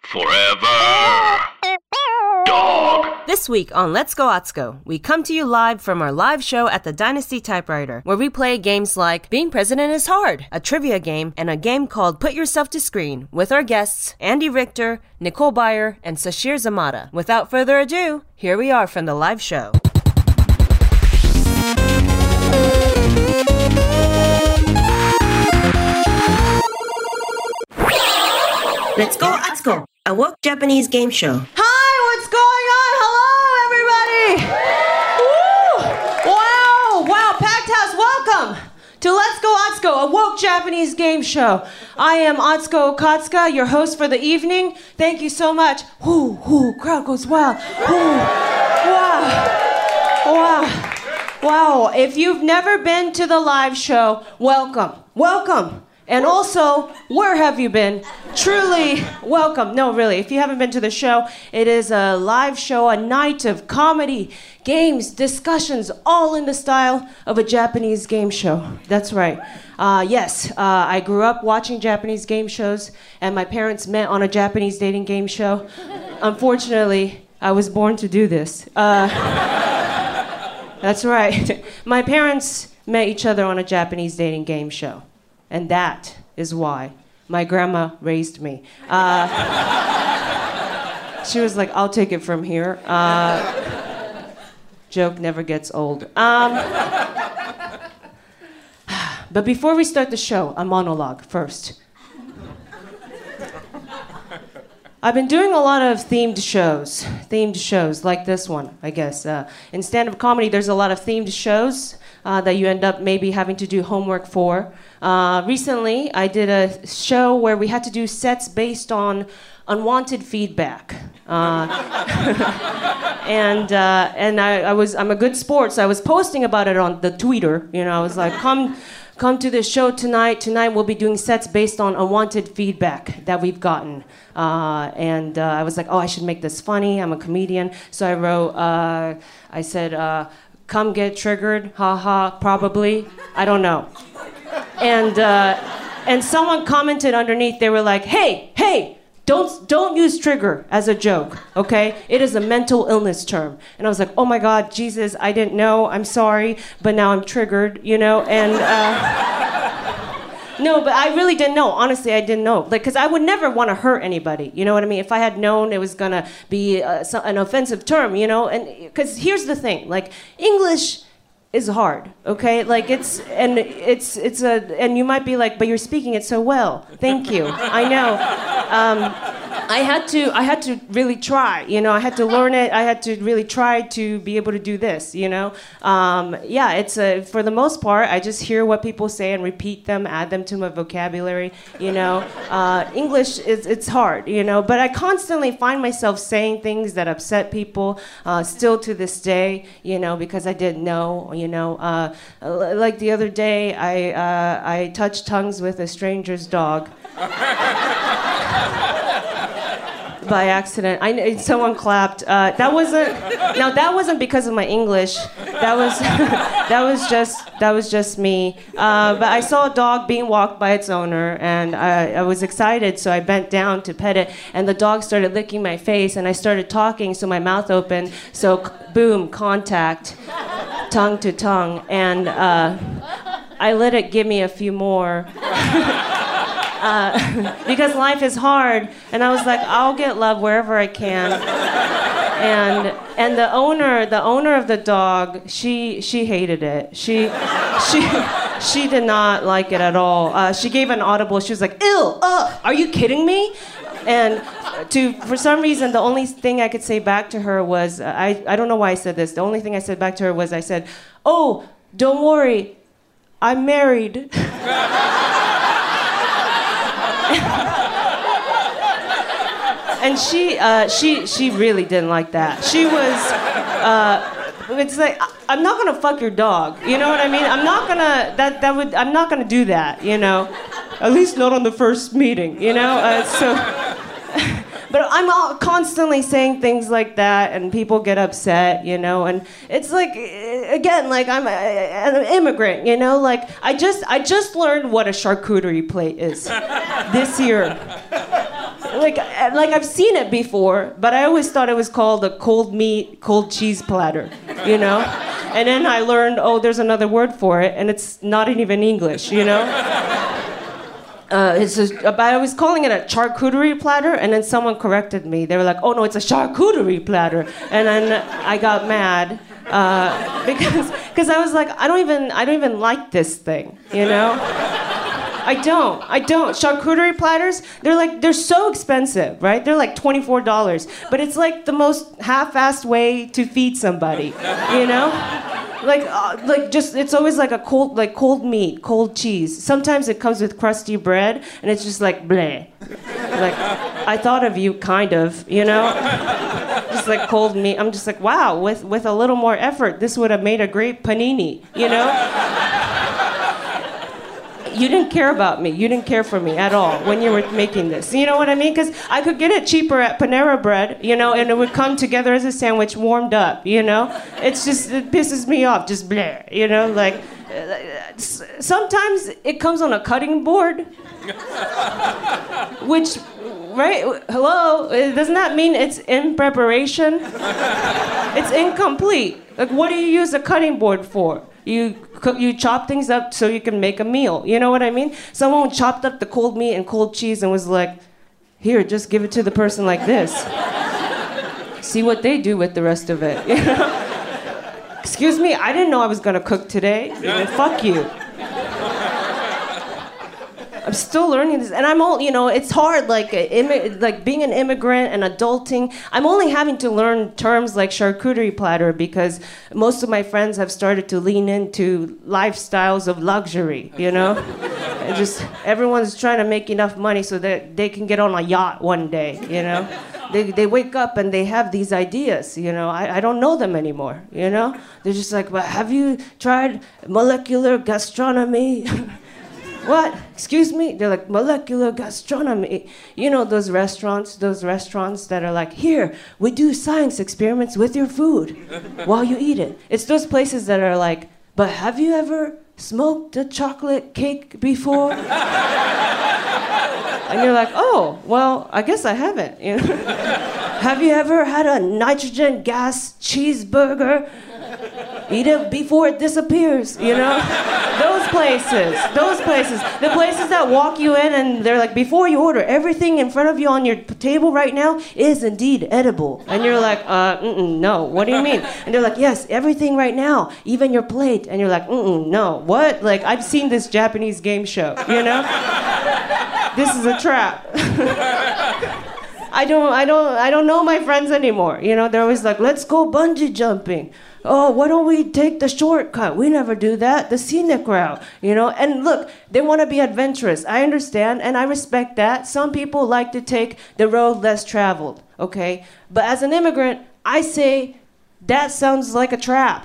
Forever. Dog. This week on Let's Go Otsko, we come to you live from our live show at the Dynasty Typewriter, where we play games like Being President is Hard, a trivia game, and a game called Put Yourself to Screen with our guests Andy Richter, Nicole Byer, and Sashir Zamata. Without further ado, here we are from the live show. Let's go, let's go. A woke Japanese game show. Hi, what's going on? Hello, everybody. Woo! Wow, wow, packed house. Welcome to Let's Go Otsuko, a woke Japanese game show. I am Otsuko Okatsuka, your host for the evening. Thank you so much. Whoo, whoo, crowd goes wild. Whoo, wow, wow. Wow, if you've never been to the live show, welcome. Welcome. And also, where have you been? Truly welcome. No, really, if you haven't been to the show, it is a live show, a night of comedy, games, discussions, all in the style of a Japanese game show. That's right. Uh, yes, uh, I grew up watching Japanese game shows, and my parents met on a Japanese dating game show. Unfortunately, I was born to do this. Uh, that's right. My parents met each other on a Japanese dating game show, and that is why my grandma raised me. Uh, she was like, "I'll take it from here." Uh, joke never gets old. Um, but before we start the show, a monologue first. I've been doing a lot of themed shows, themed shows like this one, I guess. Uh, in stand-up comedy, there's a lot of themed shows uh, that you end up maybe having to do homework for. Uh, recently, I did a show where we had to do sets based on unwanted feedback. Uh, and uh, and I, I was I'm a good sport, so I was posting about it on the Twitter. You know, I was like, come come to the show tonight. Tonight we'll be doing sets based on unwanted feedback that we've gotten. Uh, and uh, I was like, oh, I should make this funny. I'm a comedian, so I wrote. Uh, I said, uh, come get triggered, haha. Probably, I don't know and uh, and someone commented underneath. They were like, "Hey, hey, don't don't use trigger as a joke, okay? It is a mental illness term." And I was like, "Oh my God, Jesus, I didn't know. I'm sorry, but now I'm triggered, you know." And uh, no, but I really didn't know. Honestly, I didn't know. Like, cause I would never want to hurt anybody. You know what I mean? If I had known it was gonna be uh, so- an offensive term, you know. And cause here's the thing, like English is hard okay like it's and it's it's a and you might be like but you're speaking it so well thank you i know um, i had to i had to really try you know i had to learn it i had to really try to be able to do this you know um, yeah it's a, for the most part i just hear what people say and repeat them add them to my vocabulary you know uh, english is it's hard you know but i constantly find myself saying things that upset people uh, still to this day you know because i didn't know you know uh, l- like the other day i uh, i touched tongues with a stranger's dog by accident. I kn- someone clapped. Uh, that wasn't. Now that wasn't because of my English. That was that was just that was just me. Uh, but I saw a dog being walked by its owner, and I, I was excited, so I bent down to pet it, and the dog started licking my face, and I started talking, so my mouth opened. So c- boom, contact, tongue to tongue, and uh, I let it give me a few more Uh, because life is hard and i was like i'll get love wherever i can and and the owner the owner of the dog she she hated it she she she did not like it at all uh, she gave an audible she was like ill uh are you kidding me and to for some reason the only thing i could say back to her was i i don't know why i said this the only thing i said back to her was i said oh don't worry i'm married and she uh, she she really didn't like that. She was. Uh, it's like I- I'm not gonna fuck your dog. You know what I mean? I'm not gonna that that would I'm not gonna do that. You know, at least not on the first meeting. You know, uh, so. But I'm all constantly saying things like that, and people get upset, you know. And it's like, eh, again, like I'm a, an immigrant, you know. Like I just, I just learned what a charcuterie plate is this year like uh, like I've seen it before, but I always thought it was called a cold meat, cold cheese platter, you know. And then I learned, oh, there's another word for it, and it's not in even English, you know. Uh, it's just, but I was calling it a charcuterie platter, and then someone corrected me. They were like, "Oh no, it's a charcuterie platter," and then I got mad uh, because because I was like, "I don't even I don't even like this thing," you know. I don't. I don't. Charcuterie platters, they're like they're so expensive, right? They're like $24, but it's like the most half-assed way to feed somebody, you know? Like uh, like just it's always like a cold like cold meat, cold cheese. Sometimes it comes with crusty bread and it's just like bleh. Like I thought of you kind of, you know? Just like cold meat. I'm just like, wow, with with a little more effort, this would have made a great panini, you know? you didn't care about me. You didn't care for me at all when you were making this. You know what I mean? Because I could get it cheaper at Panera Bread, you know, and it would come together as a sandwich warmed up, you know? It's just, it pisses me off, just blah, you know? Like, uh, s- sometimes it comes on a cutting board, which, right? Hello? Uh, Doesn't that mean it's in preparation? it's incomplete. Like, what do you use a cutting board for? You cook, you chop things up so you can make a meal. You know what I mean? Someone chopped up the cold meat and cold cheese and was like, "Here, just give it to the person like this. See what they do with the rest of it." You know? Excuse me, I didn't know I was gonna cook today. Fuck you. I'm still learning this, and I'm all you know. It's hard, like uh, immi- like being an immigrant and adulting. I'm only having to learn terms like charcuterie platter because most of my friends have started to lean into lifestyles of luxury. You know, and just everyone's trying to make enough money so that they can get on a yacht one day. You know, they they wake up and they have these ideas. You know, I, I don't know them anymore. You know, they're just like, well, have you tried molecular gastronomy? what? Excuse me? They're like molecular gastronomy. You know those restaurants, those restaurants that are like, here, we do science experiments with your food while you eat it. It's those places that are like, but have you ever smoked a chocolate cake before? and you're like, oh, well, I guess I haven't. You know? have you ever had a nitrogen gas cheeseburger? eat it before it disappears you know those places those places the places that walk you in and they're like before you order everything in front of you on your p- table right now is indeed edible and you're like uh mm-mm, no what do you mean and they're like yes everything right now even your plate and you're like mm-mm, no what like i've seen this japanese game show you know this is a trap I don't, I don't, I don't know my friends anymore. You know, they're always like, "Let's go bungee jumping." Oh, why don't we take the shortcut? We never do that. The scenic route, you know. And look, they want to be adventurous. I understand, and I respect that. Some people like to take the road less traveled. Okay, but as an immigrant, I say that sounds like a trap.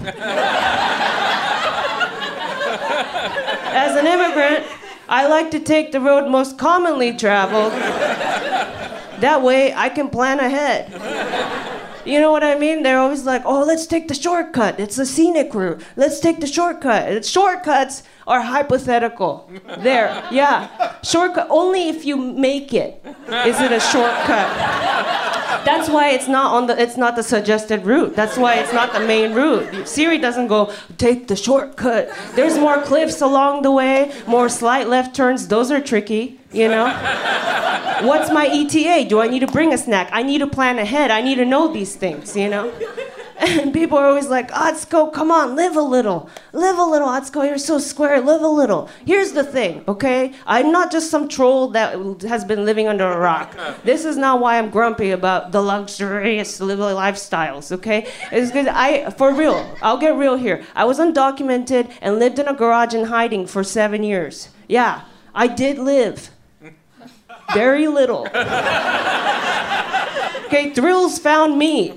as an immigrant, I like to take the road most commonly traveled. That way I can plan ahead. You know what I mean? They're always like, oh, let's take the shortcut. It's a scenic route. Let's take the shortcut. It's- Shortcuts are hypothetical. There, yeah. Shortcut, only if you make it is it a shortcut. That's why it's not on the it's not the suggested route. That's why it's not the main route. Siri doesn't go take the shortcut. There's more cliffs along the way, more slight left turns. Those are tricky, you know. What's my ETA? Do I need to bring a snack? I need to plan ahead. I need to know these things, you know? And people are always like, Atsuko, come on, live a little. Live a little, Atsuko, you're so square, live a little. Here's the thing, okay? I'm not just some troll that has been living under a rock. This is not why I'm grumpy about the luxurious li- lifestyles, okay? It's because I, for real, I'll get real here. I was undocumented and lived in a garage in hiding for seven years. Yeah, I did live very little. Okay, thrills found me.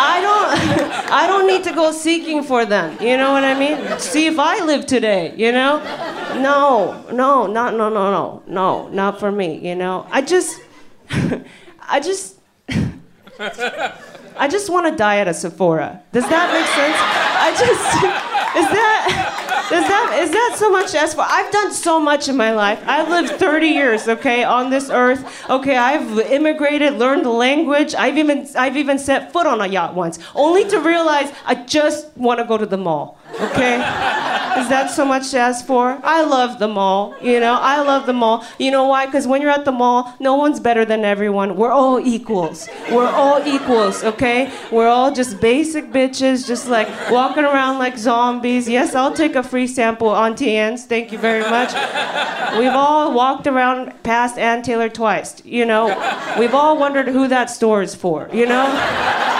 I don't I don't need to go seeking for them. You know what I mean? See if I live today, you know? No, no, not no no no. No, not for me, you know. I just I just I just want to die at a Sephora. Does that make sense? I just is that is that is that so much to ask for? I've done so much in my life. I've lived 30 years, okay, on this earth. Okay, I've immigrated, learned the language. I've even I've even set foot on a yacht once, only to realize I just want to go to the mall. Okay, is that so much to ask for? I love the mall. You know, I love the mall. You know why? Because when you're at the mall, no one's better than everyone. We're all equals. We're all equals, okay? We're all just basic bitches, just like walking around like zombies. Yes, I'll take a free sample, Auntie Anne's. Thank you very much. We've all walked around past Ann Taylor twice. You know, we've all wondered who that store is for, you know?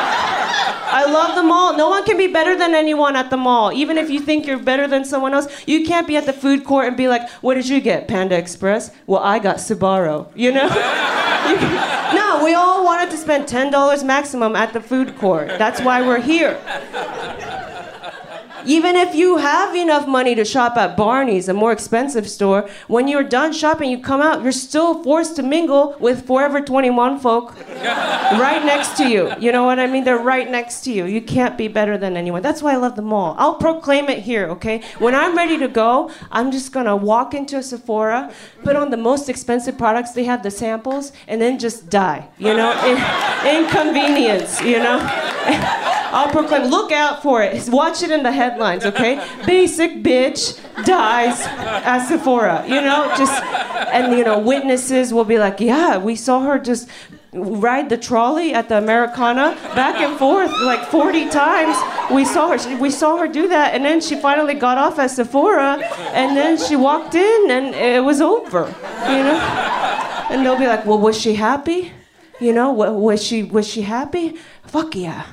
I love the mall. No one can be better than anyone at the mall. Even if you think you're better than someone else, you can't be at the food court and be like, "What did you get, Panda Express?" Well, I got Sbarro. You know? no, we all wanted to spend ten dollars maximum at the food court. That's why we're here. Even if you have enough money to shop at Barney's, a more expensive store, when you're done shopping, you come out, you're still forced to mingle with Forever 21 folk right next to you. You know what I mean? They're right next to you. You can't be better than anyone. That's why I love the mall. I'll proclaim it here, okay? When I'm ready to go, I'm just gonna walk into a Sephora, put on the most expensive products they have, the samples, and then just die. You know, In- inconvenience. You know. I'll proclaim. Look out for it. Watch it in the headlines, okay? Basic bitch dies at Sephora. You know, just and you know witnesses will be like, yeah, we saw her just ride the trolley at the Americana back and forth like 40 times. We saw her. She, we saw her do that, and then she finally got off at Sephora, and then she walked in, and it was over. You know, and they'll be like, "Well, was she happy? You know, wa- was she was she happy? Fuck yeah.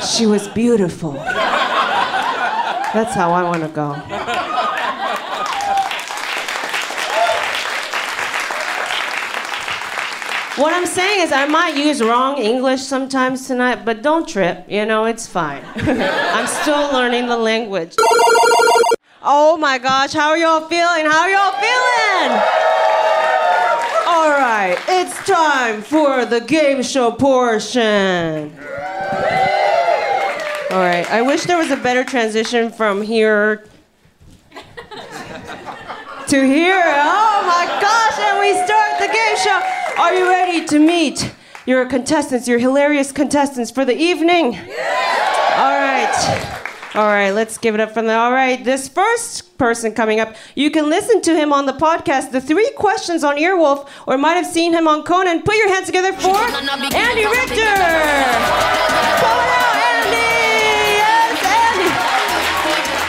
she was beautiful. That's how I want to go. What I'm saying is, I might use wrong English sometimes tonight, but don't trip. You know, it's fine. I'm still learning the language. Oh my gosh, how are y'all feeling? How are y'all feeling? All right, it's time for the game show portion. All right, I wish there was a better transition from here to here. Oh my gosh, and we start the game show. Are you ready to meet your contestants, your hilarious contestants for the evening? All right. All right, let's give it up from there. All right, this first person coming up, you can listen to him on the podcast, The Three Questions on Earwolf, or might have seen him on Conan. Put your hands together for Andy Richter! Pull it out, Andy! Yes, Andy!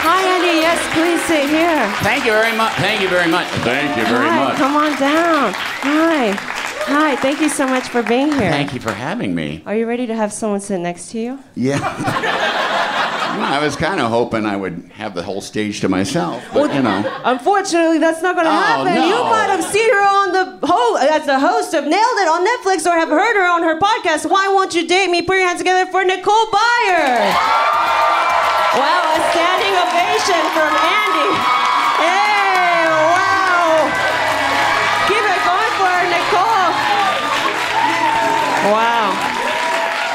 Hi, Andy. Yes, please sit here. Thank you very much. Thank you very much. Thank you very Hi, come on down. Hi. Hi, thank you so much for being here. Thank you for having me. Are you ready to have someone sit next to you? Yeah. Well, I was kind of hoping I would have the whole stage to myself, but you know. Unfortunately, that's not going to Oh, happen. You no. might have seen her on the ho- as the host of Nailed It on Netflix or have heard her on her podcast, Why Won't You Date Me? Put your hands together for Nicole Byer. Wow, a standing ovation from Andy. Hey, wow. Keep it going for her, Nicole. Wow.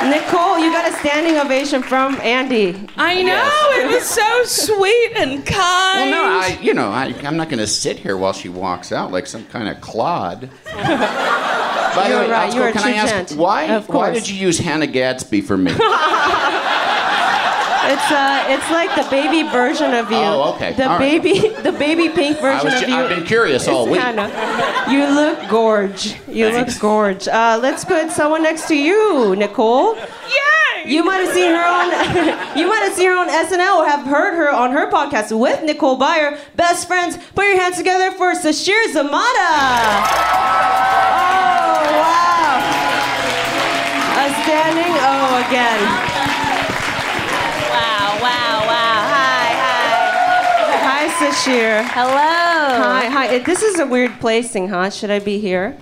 Nicole, you got a standing ovation from Andy. I know it was so sweet and Well, kind. no, I, you know, I, I'm not going to sit here while she walks out like some kind of clod. By You're the way, right, Atsuko, you're a can I true ask gent. why? Of why course. did you use Hannah Gadsby for me? It's uh, it's like the baby version of you. Oh, okay. The All right. baby, the baby pink I version was of ju- you. I've been curious all is week. Hannah. You look gorge. You Thanks. look gorge. Uh, let's put someone next to you, Nicole. Yay! You might have seen her on, you might have seen her on SNL or have heard her on her podcast with Nicole Byer, best friends. Put your hands together for Sashir Zamata. Oh wow! A standing O again. Wow, wow, wow. Hi, hi. Hi, Sashir. Eh, Hello. Hi, hi. It- This is a weird placing, huh? Should I be here?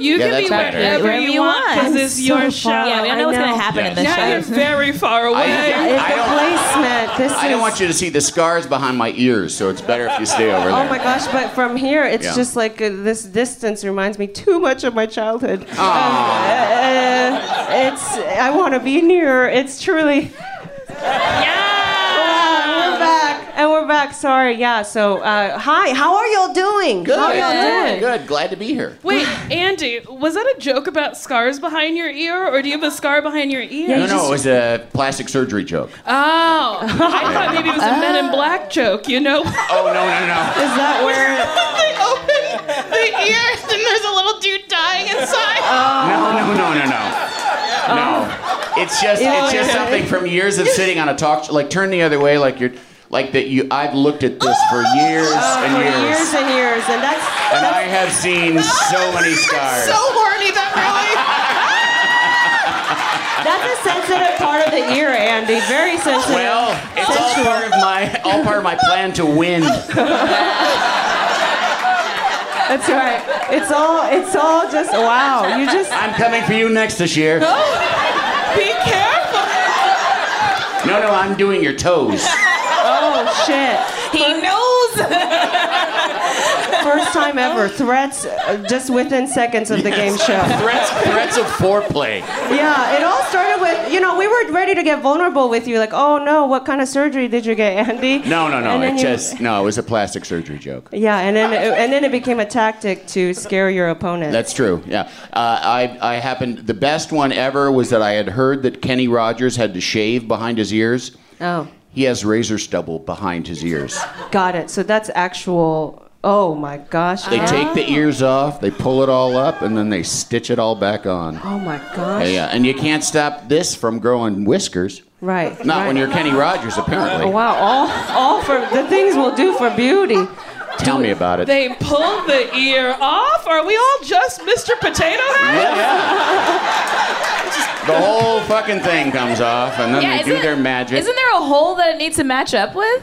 You Yeah, can that's be better. wherever Wherever you you want want. because it's I'm your so show. far- Yeah, we don't know I what's going to know. happen in Yes. this Now you're show. very far away. I- The placement. This I don't is- want you to see the scars behind my ears, so it's better if you stay over there. Oh my gosh! But from here, it's Yeah. just like uh, this distance reminds me too much of my childhood. Um, uh, it's I want to be nearer. It's truly. Yeah, we're back and we're back. Sorry, yeah. So, uh, hi, how are y'all doing? Good. How y'all doing? Good. Glad to be here. Wait, Andy, was that a joke about scars behind your ear, or do you have a scar behind your ear? No, no, it was a plastic surgery joke. Oh, I thought maybe it was a Men in Black joke. You know, Oh no, no, no. Is that where? they open the ears and there's a little dude dying inside. No, no, no, no, no. No. It's just it's just something from years of sitting on a talk show. Like turn the other way, like you're like that you I've looked at this for years Oh, For and years. years and years, and that's And I have seen so many scars. So horny that that's a sensitive part of the ear, Andy. Very sensitive. well, it's all part of my all part of my plan to win. That's right. It's all it's all just wow. You just I'm coming for you next this year. No, really. Be careful. no, I'm doing your toes. oh shit. He knows. First time ever. Threats uh, just within seconds of the game show. Threats threats of foreplay. Yeah, it all started with, you know, we were ready to get vulnerable with you. Like, oh no, what kind of surgery did you get, Andy? No, no, no. And then It you- just no, it was a plastic surgery joke. Yeah, and then, it, and then it became a tactic to scare your opponent. That's true. Yeah, uh, I I happened. The best one ever was that I had heard that Kenny Rogers had to shave behind his ears. oh, He has razor stubble behind his ears. got it. So that's actual. Oh my gosh. They take the ears off, they pull it all up, and then they stitch it all back on. oh my gosh. Yeah, and you can't stop this from growing whiskers. Right. Not when right. you're Kenny Rogers, apparently. Oh, wow, all, all for the things we'll do for beauty. Tell me about it. They pulled the ear off. Are we all just Mr. Potato Head? Yeah, yeah. the whole fucking thing comes off, and then they do isn't- their magic. Isn't there a hole that it needs to match up with?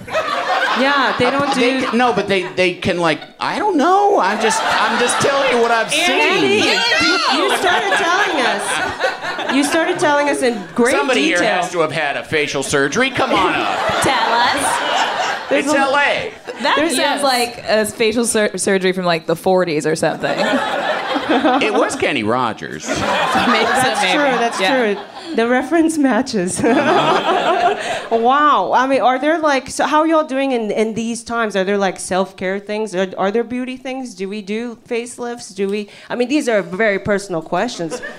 Yeah, they don't Uh, They do. can- no, but they, they can like I don't know. I'm just I'm just telling you what I've Andy, seen. you started telling us. You started telling us in great Somebody detail. here has to have had a facial surgery. Come on up. Tell us. it's L.A. That There's- sounds yes. like a facial sur- surgery from like the 40s or something. It was Kenny Rogers. that's true. That's true. The reference matches. wow. I mean, are there like so? How are y'all doing in in these times? Are there like self care things? Are, are there beauty things? Do we do facelifts? Do we? I mean, these are very personal questions.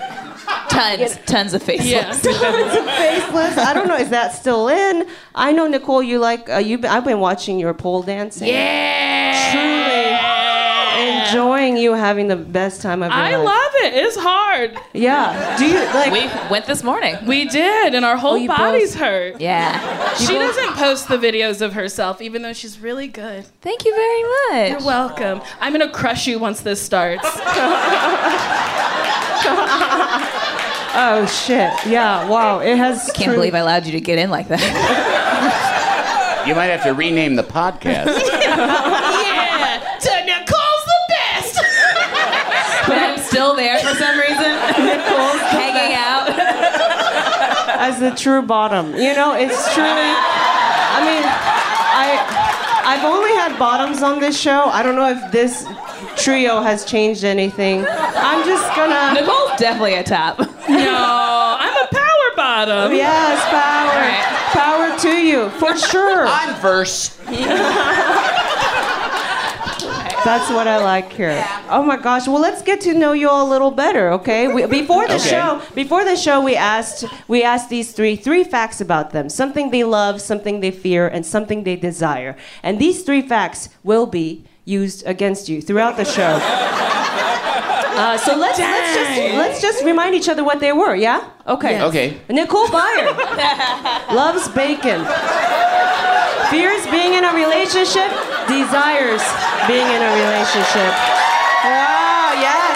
Tons, tons of facelifts. Facelifts. I don't know. Is that still in? I know Nicole. You like uh, you? I've been watching your pole dancing. Truly enjoying you having the best time of your I life. love it. It's hard. Yeah. Do you like? We went this morning. Oh, We did, and our whole you bodies both- hurt. Yeah. She doesn't post the videos of herself, even though she's really good. Thank you very much. You're welcome. I'm gonna crush you once this starts. Um, Oh shit! Yeah. Wow. It has. Can't believe I allowed you to get in like that. You might have to rename the podcast. yeah, to Nicole's the best. But I'm still there for some reason, hanging out. as the true bottom. You know, it's truly. I mean, I I've only had bottoms on this show. I don't know if this trio has changed anything. I'm just gonna. Nicole's definitely a top. no, I'm a power bottom. Yes, power, power to you for sure. I'm first. That's what I like here. Oh my gosh. Well, let's get to know you all a little better, okay? We, before the Okay. show, before the show, we asked we asked these three three facts about them: something they love, something they fear, and something they desire. And these three facts will be used against you throughout the show. Uh, so let's let's just let's just remind each other what they were. Yeah. Okay. Okay. Nicole Byer loves bacon. Fears being in a relationship, desires being in a relationship. Wow, Oh, yes.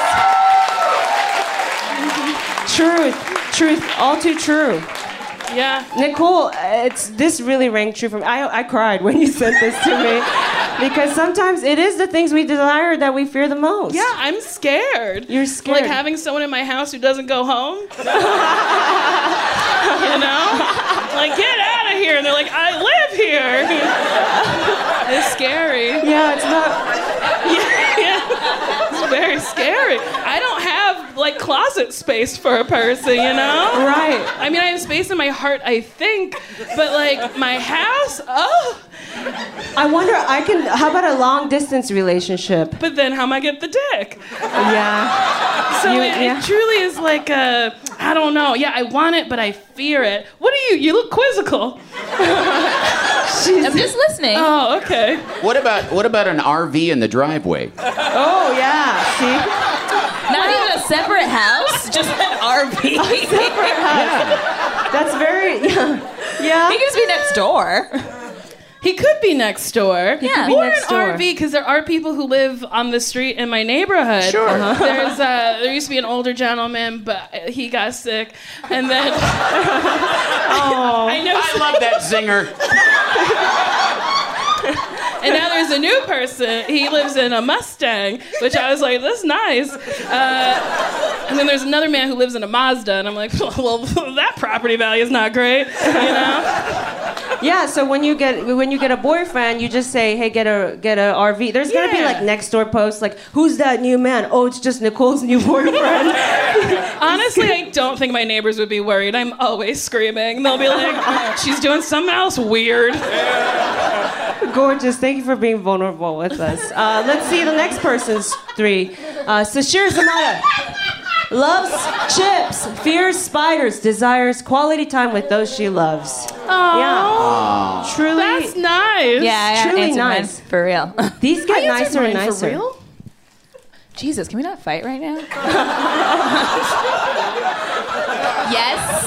Truth, truth, all too true. Yeah. Nicole, uh, it's this really rang true for me. I, I cried when you sent this to me because sometimes it is the things we desire that we fear the most. Yeah, I'm scared. You're scared. Like having someone in my house who doesn't go home. you know? Like, get out of here. And they're like, I live here. it's scary. Yeah, it's not. It's very scary. I don't have like closet space for a person, you know? Right. I mean, I have space in my heart, I think, but like my house, oh. I wonder. I can. How about a long distance relationship? But then how am I get the dick? Yeah. So You- it, it yeah. truly is like a, I don't know. Yeah, I want it, but I fear it. What are you? You look quizzical. I'm just listening. Oh, okay. What about what about an RV in the driveway? Oh yeah. See. Not even a separate house, just an RV. That's very. Yeah. he could just be next door. He could be next door. He could be or next an door. RV, because there are people who live on the street in my neighborhood. Sure. There's uh, there used to be an older gentleman, but he got sick, and then I know, I love that zinger. and now there's a new person. He lives in a Mustang, which I was like, that's nice. Uh, and then there's another man who lives in a Mazda, and I'm like, well, that property value is not great, you know? Yeah, so when you get when you get a boyfriend, you just say, "Hey, get a get a RV." There's gonna be Yeah. like next door posts, like, "Who's that new man?" Oh, it's just Nicole's new boyfriend. Honestly, I don't think my neighbors would be worried. I'm always screaming. They'll be like, "Oh, she's doing something else weird. Gorgeous. Thank you for being vulnerable with us. Uh, let's see the next person's three. Uh, Sashir Zamata loves chips, fears spiders, desires quality time with those she loves. Aww. Truly, That's nice. Yeah, truly answered mine, nice. for real. these I get answered nicer and mine nicer. For real? Jesus, can we not fight right now? yes.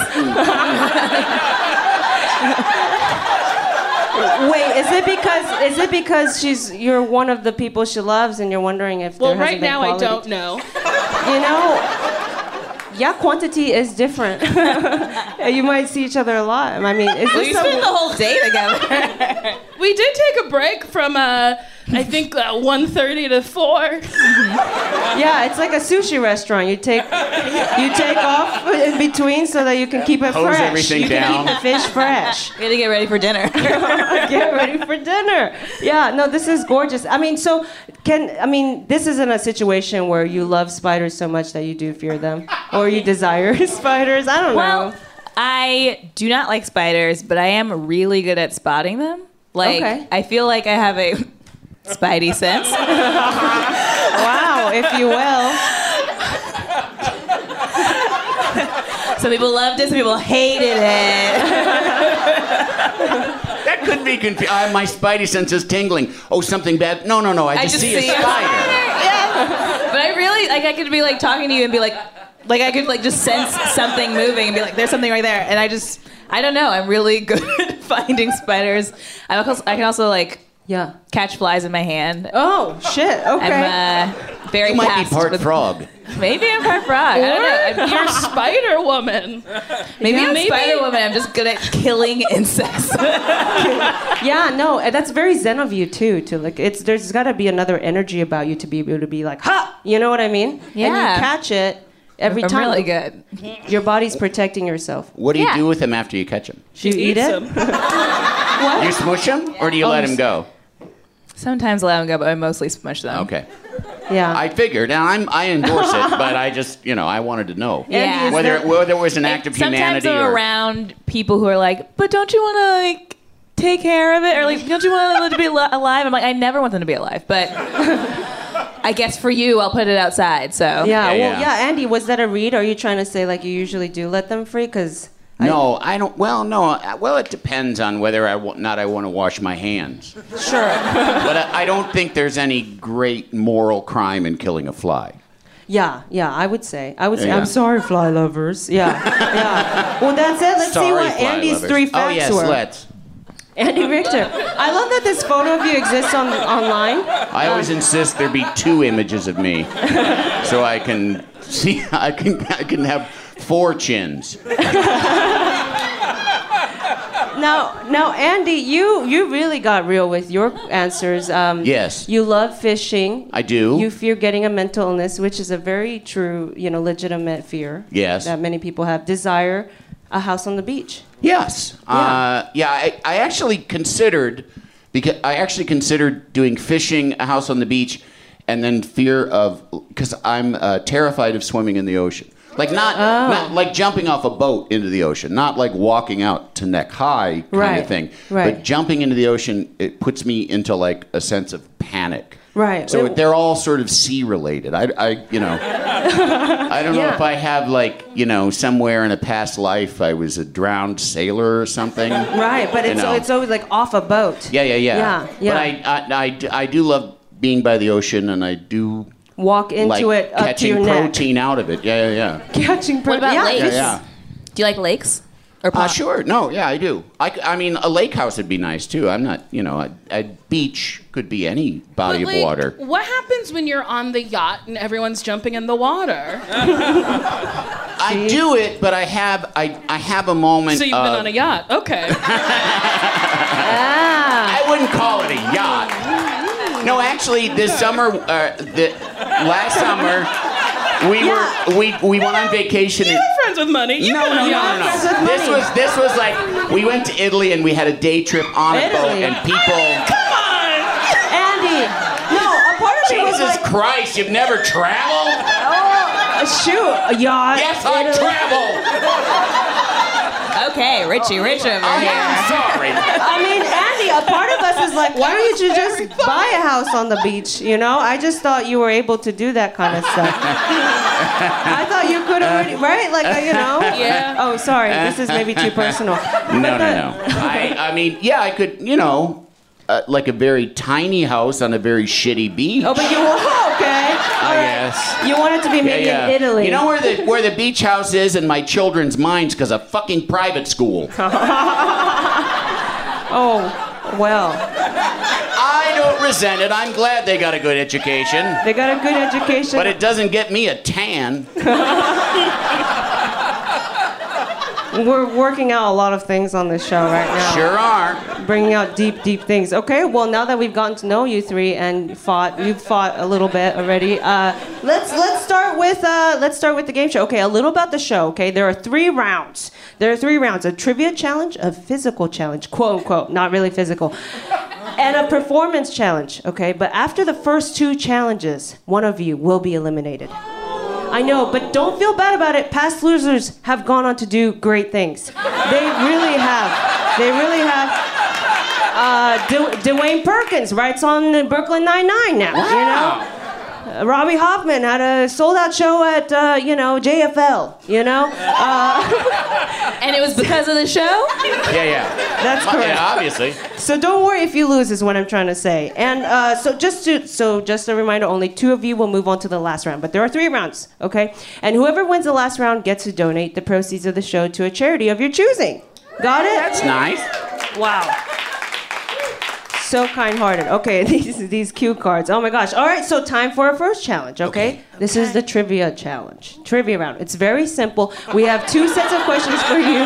Wait, is it because is it because she's you're one of the people she loves and you're wondering if Well, there hasn't right been now I quality- don't know. You know, yeah, quantity is different. you might see each other a lot. I mean, is We this spent the a, whole day together. We did take a break from uh, I think uh, 1:30 to 4. yeah? It's like a sushi restaurant. You take you take off in between so that you can keep it Hose fresh. everything you down. can keep the fish fresh. we gotta get ready for dinner. Get ready for dinner. Yeah, no, this is gorgeous. I mean, so can I mean this isn't a situation where you love spiders so much that you do fear them, or you desire spiders. I don't Well, know. I do not like spiders, but I am really good at spotting them. Like, Okay. I feel like I have a spidey sense. Wow, if you will. Some people loved it, some people hated it. That could be confusing. My spidey sense is tingling. Oh, something bad. No, no, no. I just, just see, see a a spider. yeah. But I really, like, I could be, like, talking to you and be like, like, I could, like, just sense something moving and be like, there's something right there. And I just, I don't know. I'm really good at finding spiders. I'm also, I can also, like, Yeah. catch flies in my hand. Oh shit. Okay. I'm uh, very You might be fast part with- frog. Maybe I'm part frog. I don't know. I'm- You're Spider Woman. Maybe Yeah, I'm maybe. Spider Woman. I'm just good at killing insects. yeah. No, and that's very zen of you too. To like, it's there's got to be another energy about you to be able to be like, ha. You know what I mean? And Yeah. you catch it every I'm time. really good. Your body's protecting yourself. What do you Yeah. do with him after you catch him? Do you eat Eats it? 'em. You smush him or do you let him go? Sometimes I let them go, but I mostly smush them. Okay. Yeah. I figured. Now I'm I endorse it, but I just you know I wanted to know Yeah. whether whether it was an act of Sometimes humanity I'm or around people who are like, but don't you want to like take care of it, or like, don't you want to be al- alive? I'm like, I never want them to be alive, but I guess for you, I'll put it outside. So yeah. Yeah, Well, yeah. yeah. Andy, was that a read? Are you trying to say like you usually do let them free? Because no. I don't. Well, no. I- Well, it depends on whether I wa- not I want to wash my hands. sure. But I, I don't think there's any great moral crime in killing a fly. yeah. Yeah. I would say. I would say. Yeah. I'm sorry, fly lovers. Yeah. yeah. Well, that's it. Let's see Sorry, what fly Andy's lovers. three facts Oh yes, were. let's. Andy Richter. I love that this photo of you exists on online. I always insist there be two images of me, so I can see. I can I can have four chins. Uh, Now, now, Andy, you you really got real with your answers. Um, Yes. You love fishing. I do. You fear getting a mental illness, which is a very true, you know, legitimate fear. Yes. That many people have. Desire a house on the beach. Yes. Yeah. Uh, yeah. I, I actually considered because I actually considered doing fishing, a house on the beach, and then fear of because I'm uh, terrified of swimming in the ocean. Like not, Oh. not like jumping off a boat into the ocean, not like walking out to neck high kind Right. of thing. Right. But jumping into the ocean, it puts me into like a sense of panic. Right. So It- they're all sort of sea related. I, I you know. I don't know Yeah. if I have like you know somewhere in a past life I was a drowned sailor or something. Right, but You it's know. it's always like off a boat. Yeah, yeah, yeah. Yeah, yeah. But I, I, I d- I do love being by the ocean, and I do Walk into like it up to catching your protein out of it. Yeah, yeah, yeah. neck. Catching protein. What about yeah, lakes? Yeah, it's- yeah. Do you like lakes? Or Uh, pond? sure. No, yeah, I do. I, c- I mean, a lake house would be nice too. I'm not, you know, a, a beach could be any body But, of like, water. What happens when you're on the yacht and everyone's jumping in the water? I do it, but I have, I, I have a moment. So you've been of- on a yacht. Okay. I wouldn't call it a yacht. Ah. No, actually, this summer, uh, the, last summer, we were we we went on vacation. You're friends with money. You've no, been no, no, on a yacht. no, no. Friends with This money. was this was like we went to Italy and we had a day trip on a boat Italy. and people. Andy. No, a part of me was Jesus like, Christ, you've never traveled? oh, shoot, a yacht. Yes, I Italy. travel. Okay, Richie Richum. I over here. am Oh, sorry. I mean, Andy, a part of us is like, why don't you just buy a house on the beach? You know, I just thought you were able to do that kind of stuff. I thought you could already, right? Like, uh, you know. Yeah. Oh, sorry, this is maybe too personal. No, no, no. I, I mean, yeah, I could, you know, uh, like a very tiny house on a very shitty beach. Oh, but you want okay? I all right. guess. You want it to be maybe Yeah, in yeah. Italy. You know where the where the beach house is in my children's minds because of fucking private school. Oh, well, I don't resent it. I'm glad they got a good education, they got a good education. but it doesn't get me a tan. We're working out a lot of things on this show right now. Sure are. bringing out deep, deep things. Okay, well now that we've gotten to know you three and fought, you've fought a little bit already. Uh, let's let's start with uh, let's start with the game show. Okay, a little about the show. Okay, there are three rounds. There are three rounds: a trivia challenge, a physical challenge, quote unquote, not really physical. And a performance challenge, okay? But after the first two challenges, one of you will be eliminated. I know, but don't feel bad about it. Past losers have gone on to do great things. They really have. They really have. Uh, Du- Dwayne Perkins writes on the Brooklyn Nine-Nine now, you know? Uh, Robbie Hoffman had a sold-out show at, uh, you know, JFL, you know? Uh, And it was because of the show? Yeah, yeah. that's Well, correct. yeah, obviously. So don't worry if you lose, is what I'm trying to say. And uh, so just to, so just a reminder, only two of you will move on to the last round, but there are three rounds, okay? And whoever wins the last round gets to donate the proceeds of the show to a charity of your choosing. Got it? That's nice. Wow. So kind-hearted. Okay, these these cue cards. Oh my gosh. All right, so time for our first challenge. Okay, this is the trivia challenge, trivia round. It's very simple. We have two sets of questions for you,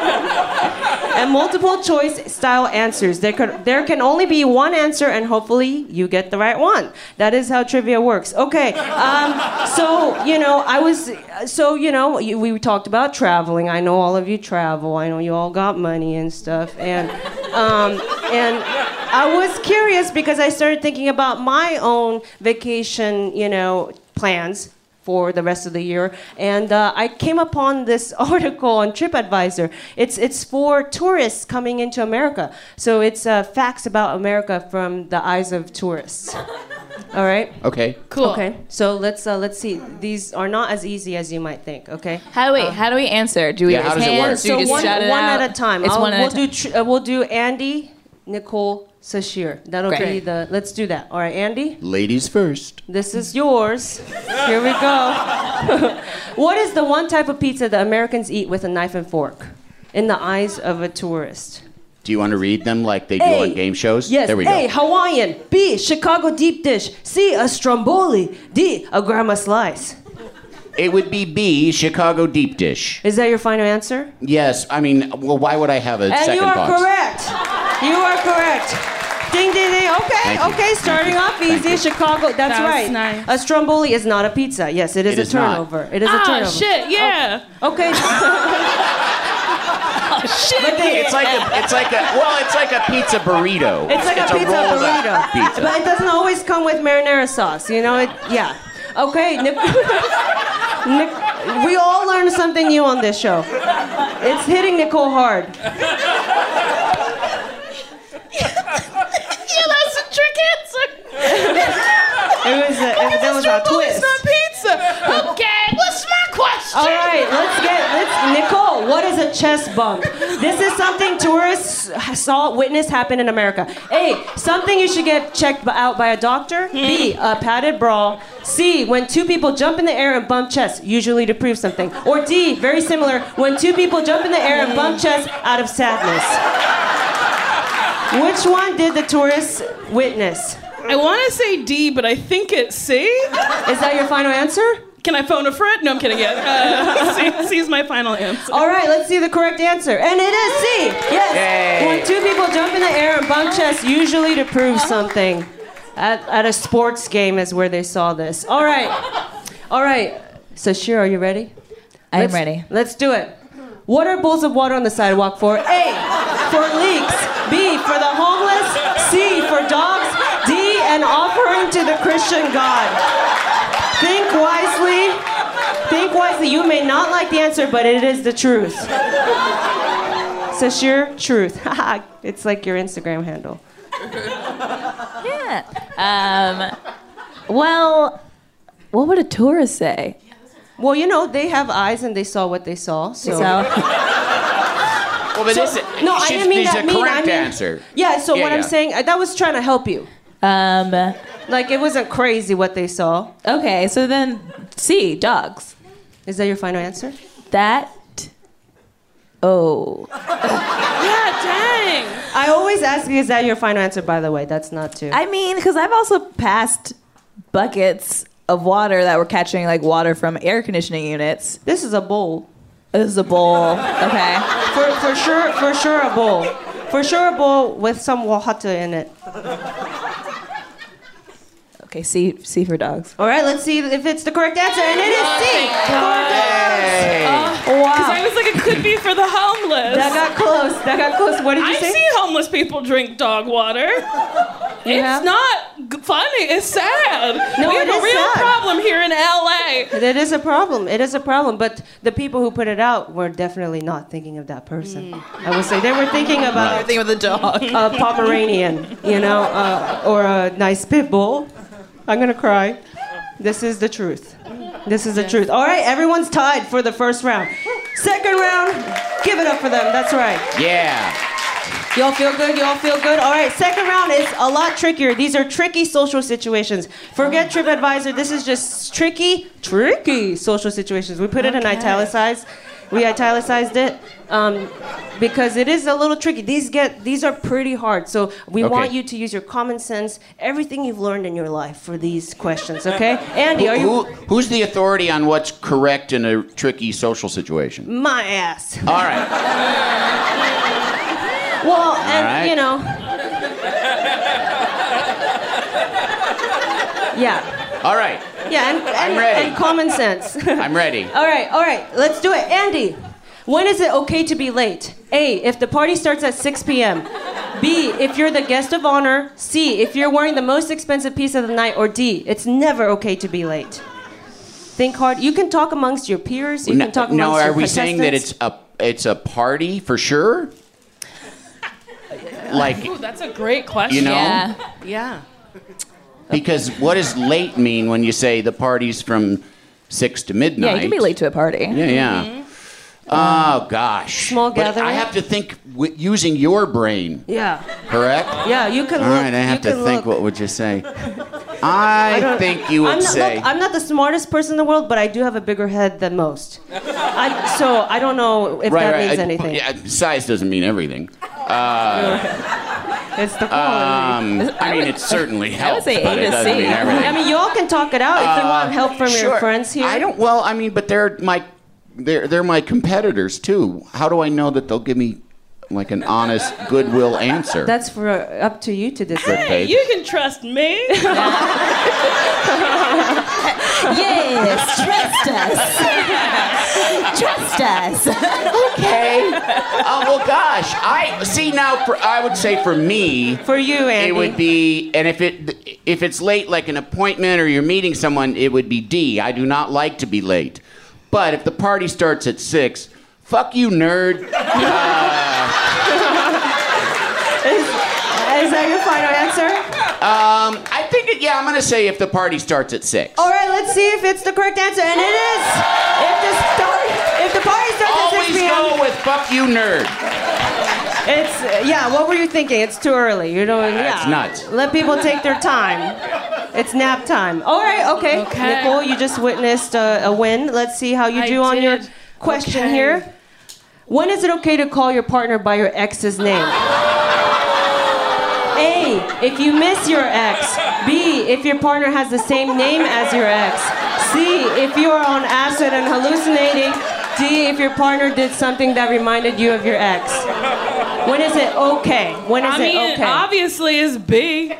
and multiple choice style answers. There could there can only be one answer, and hopefully you get the right one. That is how trivia works. Okay. Um, so you know, I was so you know you, we talked about traveling. I know all of you travel. I know you all got money and stuff, and um, and. I was curious because I started thinking about my own vacation, you know, plans for the rest of the year, and uh, I came upon this article on TripAdvisor. It's it's for tourists coming into America, so it's uh, facts about America from the eyes of tourists. All right. Okay. Cool. Okay. So let's uh, let's see. These are not as easy as you might think. Okay. How do we how do we answer? Do we Yeah, how raise does it work? hands? Do So we just one, shout it one out? at a time. It's I'll- one at we'll a time. do tr- uh, we'll do Andy, Nicole, Sashir. That'll Great. be the. Let's do that. All right, Andy. Ladies first. This is yours. Here we go. what is the one type of pizza that Americans eat with a knife and fork? In the eyes of a tourist. Do you want to read them like they do A. on game shows? Yes. There we A. go. Hawaiian. B. Chicago deep dish. C. A stromboli. D. A grandma slice. It would be B, Chicago deep dish. Is that your final answer? Yes, I mean, well, why would I have a And second you are box? correct. You are correct. Ding ding ding. Okay, Thank you. okay. Thank Starting you. off easy. Thank you. Chicago. That's That was right. nice. A stromboli is not a pizza. Yes, it is It a is not. turnover. It is a Ah, turnover. shit, yeah. Okay. But they- It's like a, it's like a, well, it's like a pizza burrito. It's like a pizza rolled up burrito. pizza. But it doesn't always come with marinara sauce, you know? It, yeah. Okay, Nic- Nic- we all learn something new on this show. It's hitting Nicole hard. Yeah, that's a trick answer. It was a, it, that was a twist. pizza. Okay, what's my question? All right, let's get let's Nicole. What is a chest bump? This is something tourists saw witness happen in America. A, something you should get checked b- out by a doctor. B, Hmm. a padded brawl. C, when two people jump in the air and bump chests, usually to prove something. Or D, very similar, when two people jump in the air and bump chests out of sadness. Which one did the tourists witness? I want to say D, but I think it's C. Is that your final answer? Can I phone a friend? No, I'm kidding. Yeah. Uh, C, C's my final answer. All right, let's see the correct answer. And it is C. Yes. Yay. When two people jump in the air and bump chests, usually to prove something. At, at a sports game is where they saw this. All right. All right. So, Shira, are you ready? I am Let's- ready. Let's do it. What are bowls of water on the sidewalk for? A. For leaks. B. For the homeless. C. For dogs. D. An offering to the Christian God. Think wisely. Think wisely. You may not like the answer, but it is the truth. Sashir, truth. Haha, it's like your Instagram handle. Yeah. Um, well, what would a tourist say? Well, you know, they have eyes and they saw what they saw. So, So, Well, but this, no, I she's- didn't mean she's that a mean. correct I mean, answer. yeah. So Yeah, what I'm yeah. saying, I, that was trying to help you. um, Like it wasn't crazy what they saw. okay. So then, C dogs. Is that your final answer? That. Oh. Yeah, dang. I always ask you, is that your final answer? By the way, that's not too. I mean, because I've also passed buckets of water that were catching like water from air conditioning units. this is a bowl. This is a bowl. Okay. For, for sure, for sure a bowl. For sure a bowl with some water in it. Okay. C C for dogs. All right, let's see if it's the correct answer, and it is C. Thank Oh, Hey. Because I was like, it could be for the homeless. That got close. That got close. What did you I say? see homeless people drink dog water. Yeah. It's not g- funny. It's sad. No, we it is have a real sad. problem here in LA. That is a problem. It is a problem. But the people who put it out were definitely not thinking of that person. I would say they were thinking about Thing with a dog. a Pomeranian, you know, uh, or a nice pit bull. I'm gonna cry. This is the truth. This is the truth. All right, everyone's tied for the first round. Second round, give it up for them. That's right. Yeah. Y'all feel good? Y'all feel good? All right, second round is a lot trickier. These are tricky social situations. Forget TripAdvisor. This is just tricky, tricky social situations. We put it in italicized. We italicized it um, because it is a little tricky. These get these are pretty hard. So we Okay. want you to use your common sense, everything you've learned in your life for these questions. Okay, Andy, are Who, you who's the authority on what's correct in a tricky social situation? my ass? All right. Well, and right. you know. Yeah. All right. Yeah, and, and, ready. and common sense. I'm ready. all right, all right, let's do it. Andy, when is it okay to be late? A, if the party starts at 6 p.m., B, if you're the guest of honor, C, if you're wearing the most expensive piece of the night, or D, it's never okay to be late. Think hard. You can talk amongst your peers. You No, can talk amongst now, your are we saying that contestants. it's a it's a party for sure? Like Ooh, that's a great question. you know, Yeah. Yeah. because what does late mean when you say the party's from six to midnight? Yeah, you can be late to a party. Yeah, yeah. Oh gosh. Mm-hmm. Small But I gathering. have to think w- using your brain, Yeah, correct? yeah, you can All look. right, I have you to can think. look. What would you say? I, think you would I'm not, say. look, I'm not the smartest person in the world, but I do have a bigger head than most. I, so I don't know if that means I- anything. yeah, size doesn't mean everything. Uh, It's the quality. Um, I mean, would- it certainly helps. say A but it to doesn't C. mean everything. Uh, I mean, y'all can talk it out if you want help from your Sure. friends here. I don't. Well, I mean, but they're my they're they're my competitors too. How do I know that they'll give me like an honest goodwill answer? That's for uh, up to you to decide. Hey, You can trust me. Yes, trust us. trust us. okay. Oh well, gosh. I see now. For, I would say for me. For you, Andy. It would be, and if it if it's late, like an appointment or you're meeting someone, it would be D. I do not like to be late, but if the party starts at six, fuck you, nerd. Is that your final answer? Um, I think it, yeah, I'm gonna say if the party starts at six. All right, let's see if it's the correct answer, and it is. If the start, if the party starts at Always 6 p.m., go with fuck you, nerd. it's uh, yeah. What were you thinking? It's too early. You know, yeah. That's nuts. Let people take their time. It's nap time. All right, okay. Okay. Nicole, you just witnessed a, a win. Let's see how you I do on your did. question Okay. here. When is it okay to call your partner by your ex's name? A. If you miss your ex. B. If your partner has the same name as your ex. C. If you are on acid and hallucinating. D. If your partner did something that reminded you of your ex. When is it okay? When is I mean, it okay? obviously it's B.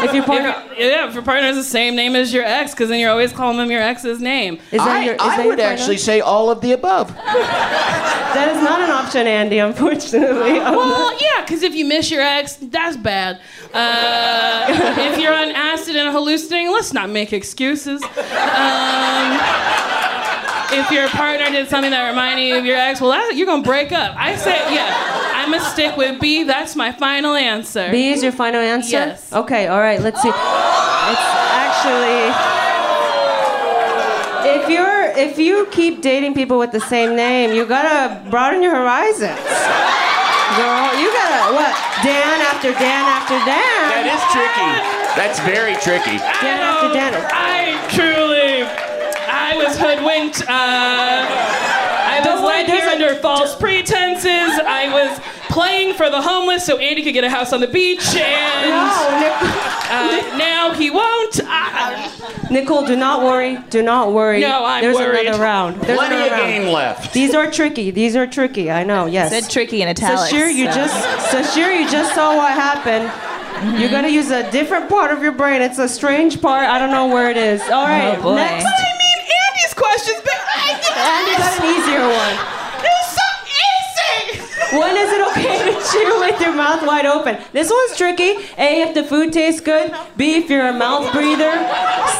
if your partner If, yeah, if your partner has the same name as your ex, because then you're always calling them your ex's name. is that I, your, is I that would your partner? actually say all of the above. That is not an option, Andy. Unfortunately. Well, yeah, because if you miss your ex, that's bad. Uh, if you're on acid and hallucinating, let's not make excuses. Um, if your partner did something that reminded you of your ex, well, that, you're gonna break up. I said, yeah, I'm gonna stick with B. That's my final answer. B is your final answer. Yes. Okay. All right. Let's see. It's actually. If you're if you keep dating people with the same name, you gotta broaden your horizons. Girl, you gotta what? Dan after Dan after That Dan. is tricky. That's very tricky. Dan after Dan. I truly, I was hoodwinked. Uh, I Don't was worry, led here there's a- under false pretenses. I was playing for the homeless so Andy could get a house on the beach, and No, uh, now he won't. I, Nic- Nicole, do not worry. Do not worry. No, I'm There's worried. another round. There's Plenty another of round. game left. These are tricky. These are tricky. I know. Yes. Said tricky in italics. Sashir, you so. just Sashir, you just saw what happened. You're gonna use a different part of your brain. It's a strange part. I don't know where it is. All right, Oh, boy. next. I mean, Andy's questions, but I think Andy got an easier one. it's so easy. When is it okay to chew with your mouth wide open? This one's tricky. A, if the food tastes good. B, if you're a mouth breather.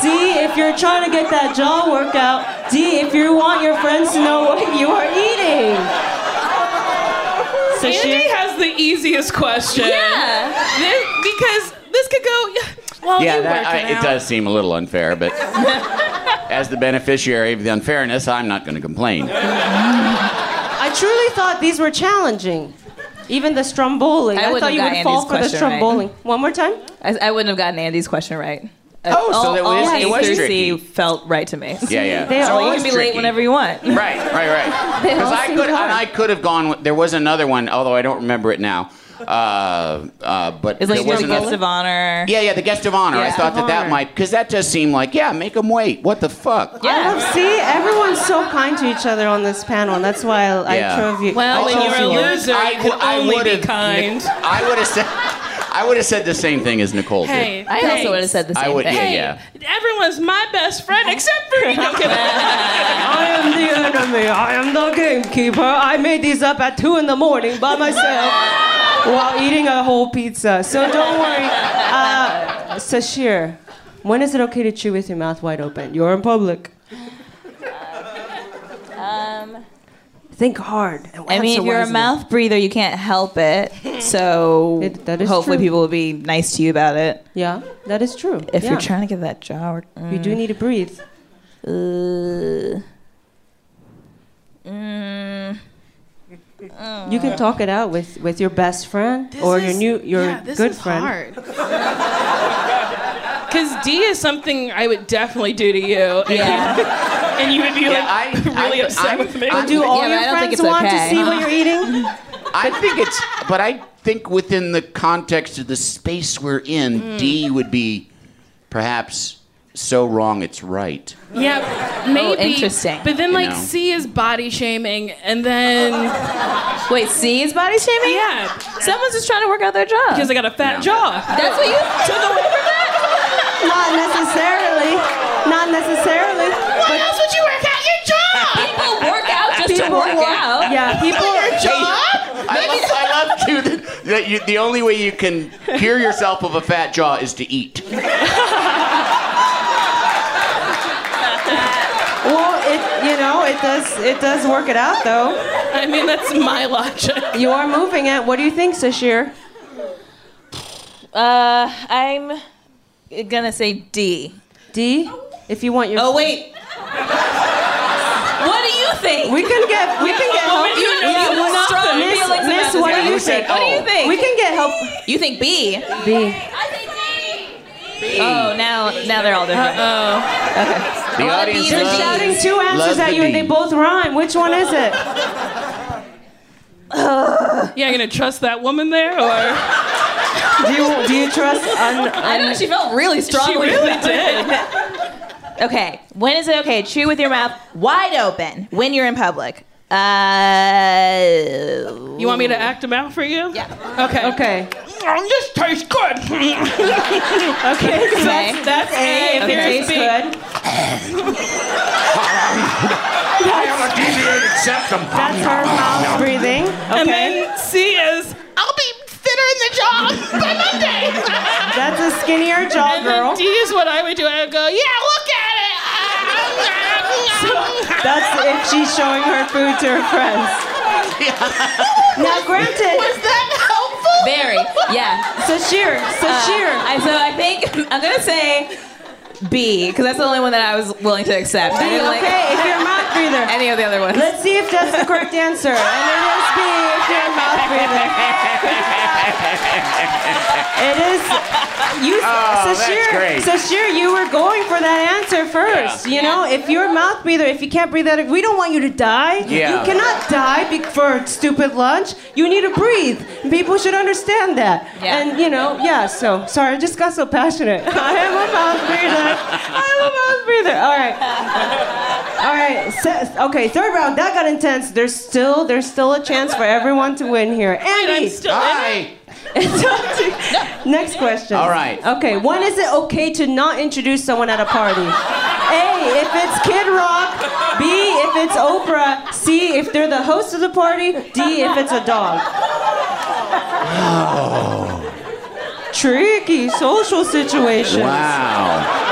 C, if you're trying to get that jaw workout. D, if you want your friends to know what you are eating. Andy Sashir, has the easiest question. Yeah. This- because this could go. Well, Yeah, you that, work I, it it out. does seem a little unfair, but as the beneficiary of the unfairness, I'm not going to complain. I truly thought these were challenging. Even the Stromboli. I I, wouldn't thought you have would got fall Andy's for the question right. Stromboli. One more time. I, I wouldn't have gotten Andy's question right. Uh, Oh, so all, that was- all it A was through tricky. C felt right to me. Yeah, yeah. They So you always can be tricky. late whenever you want. Right, right, right. They all Because I seem could, and hard. I could have gone. with- There was another one, although I don't remember it now. Uh, uh, but It's like there you was know, guest another. of honor. Yeah, yeah, the guest of honor. I Yeah. thought that that Honor. might, because that does seem like, yeah, make them wait. What the fuck? I Yeah. love, see, everyone's so kind to each other on this panel, and that's why I, Yeah. I drove you. Well, I when chose you're a you. loser- Sir, you can only be would've- kind. I would have said, I would have said the same thing as Nicole did. Hey, I also would have said the I same would- thing. yeah, Hey, yeah. everyone's my best friend except for you. No, kidding. I am the enemy. I am the gamekeeper. I made these up at two in the morning by myself while eating a whole pizza. So don't worry. Uh, Sashir, when is it okay to chew with your mouth wide open? You're in public. Um, Think hard. and I mean, answer if you're a wisely. mouth breather, you can't help it. So It- that is hopefully true. people will be nice to you about it. Yeah, that is true. If Yeah. you're trying to get that job, mm, You do need to breathe. uh, mm, You can talk it out with, with your best friend This or your is- new your yeah, this good is friend. Hard. Cause D is something I would definitely do to you, and, you, yeah. and you would be like I- really I- upset I'm- with me. I'm- Do all Yeah, but your I don't think friends it's want okay. to see what you're eating? I think it's, but I think within the context of the space we're in, D would be perhaps so wrong it's right. Yeah, maybe. Oh, interesting. But then, You like, know. C is body shaming, and then Wait, C is body shaming? yeah, Someone's just trying to work out their job. because I got a fat jaw. That's what you took away from that? Not necessarily. Not necessarily. But That's what you work out your jaw. People work out just to work work- out. yeah, people. Hey, I love, I love too that, that you, the only way you can cure yourself of a fat jaw is to eat. Well, it you know it does it does work it out though. I mean, that's my logic. You are moving it. What do you think, Sashir? Uh, I'm gonna say D. D, if you want your. Oh wait. what do you think? We can get we can get help. You know, Yeah, you well, have not- strong Miss, feelings Miss, about this what do one. you You said think? what do you oh. think? We can get help. You think B? B. Oh, now now they're all different. The audience bees are loves- Shouting two loves answers the at you and they bee. both rhyme. Which one is it? Yeah, I'm gonna trust that woman there, or Do you do you trust? Un- I know she felt really strongly. she really about it. did. Okay. When is it okay? Chew with your mouth wide open when you're in public. Uh, You want me to act them out for you? Yeah. Okay. okay. This tastes good. Okay. okay. That's A. If it Here's tastes B. good. That's her mouth breathing. And Okay. then C is I'll be fitter in the jaw by Monday. That's a skinnier jaw And then girl. D is what I would do. I would go, yeah, look at it. Ah, ah, ah, ah." That's if she's showing her food to her friends. Now, granted, Very. Yeah. Sashir, Sashir, I, so I think I'm gonna say B because that's the only one that I was willing to accept. I didn't like okay, if you're a mouth breather. any of the other ones. Let's see if that's the correct answer. And it is B if you're a mouth breather. It is. You, Oh, Sashir, great. Sashir, you were going for that answer first. You know, if you're a mouth breather, if you can't breathe out, we don't want you to die. Yeah. You cannot die be- for stupid lunch. You need to breathe. People should understand that. Yeah. And, you know, yeah, so sorry, I just got so passionate. I am a mouth breather. I am a mouth breather. All right. All right. se- okay, third round. That got intense. There's still there's still a chance for everyone to win here. Andy, I'm still in Hi. it's up to- Next question. All right. Okay. When is it okay to not introduce someone at a party? A. If it's Kid Rock. B. If it's Oprah. C. If they're the host of the party. D. If it's a dog. Tricky social situation. Wow.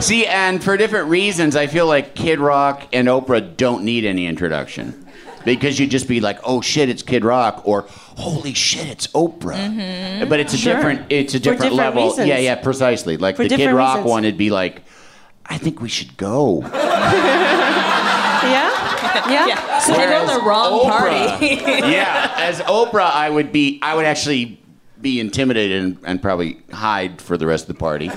See, and for different reasons, I feel like Kid Rock and Oprah don't need any introduction. Because you'd just be like, "Oh shit, it's Kid Rock," or "Holy shit, it's Oprah." But it's a different, it's a different, Mm-hmm. different level. reasons. Yeah, yeah, precisely. Like For the Kid different Rock reasons. one, it'd be like, "I think we should go." Yeah. Yeah. Yeah. So they go Whereas to the wrong party. yeah, as Oprah, I would be, I would actually be intimidated and, and probably hide for the rest of the party.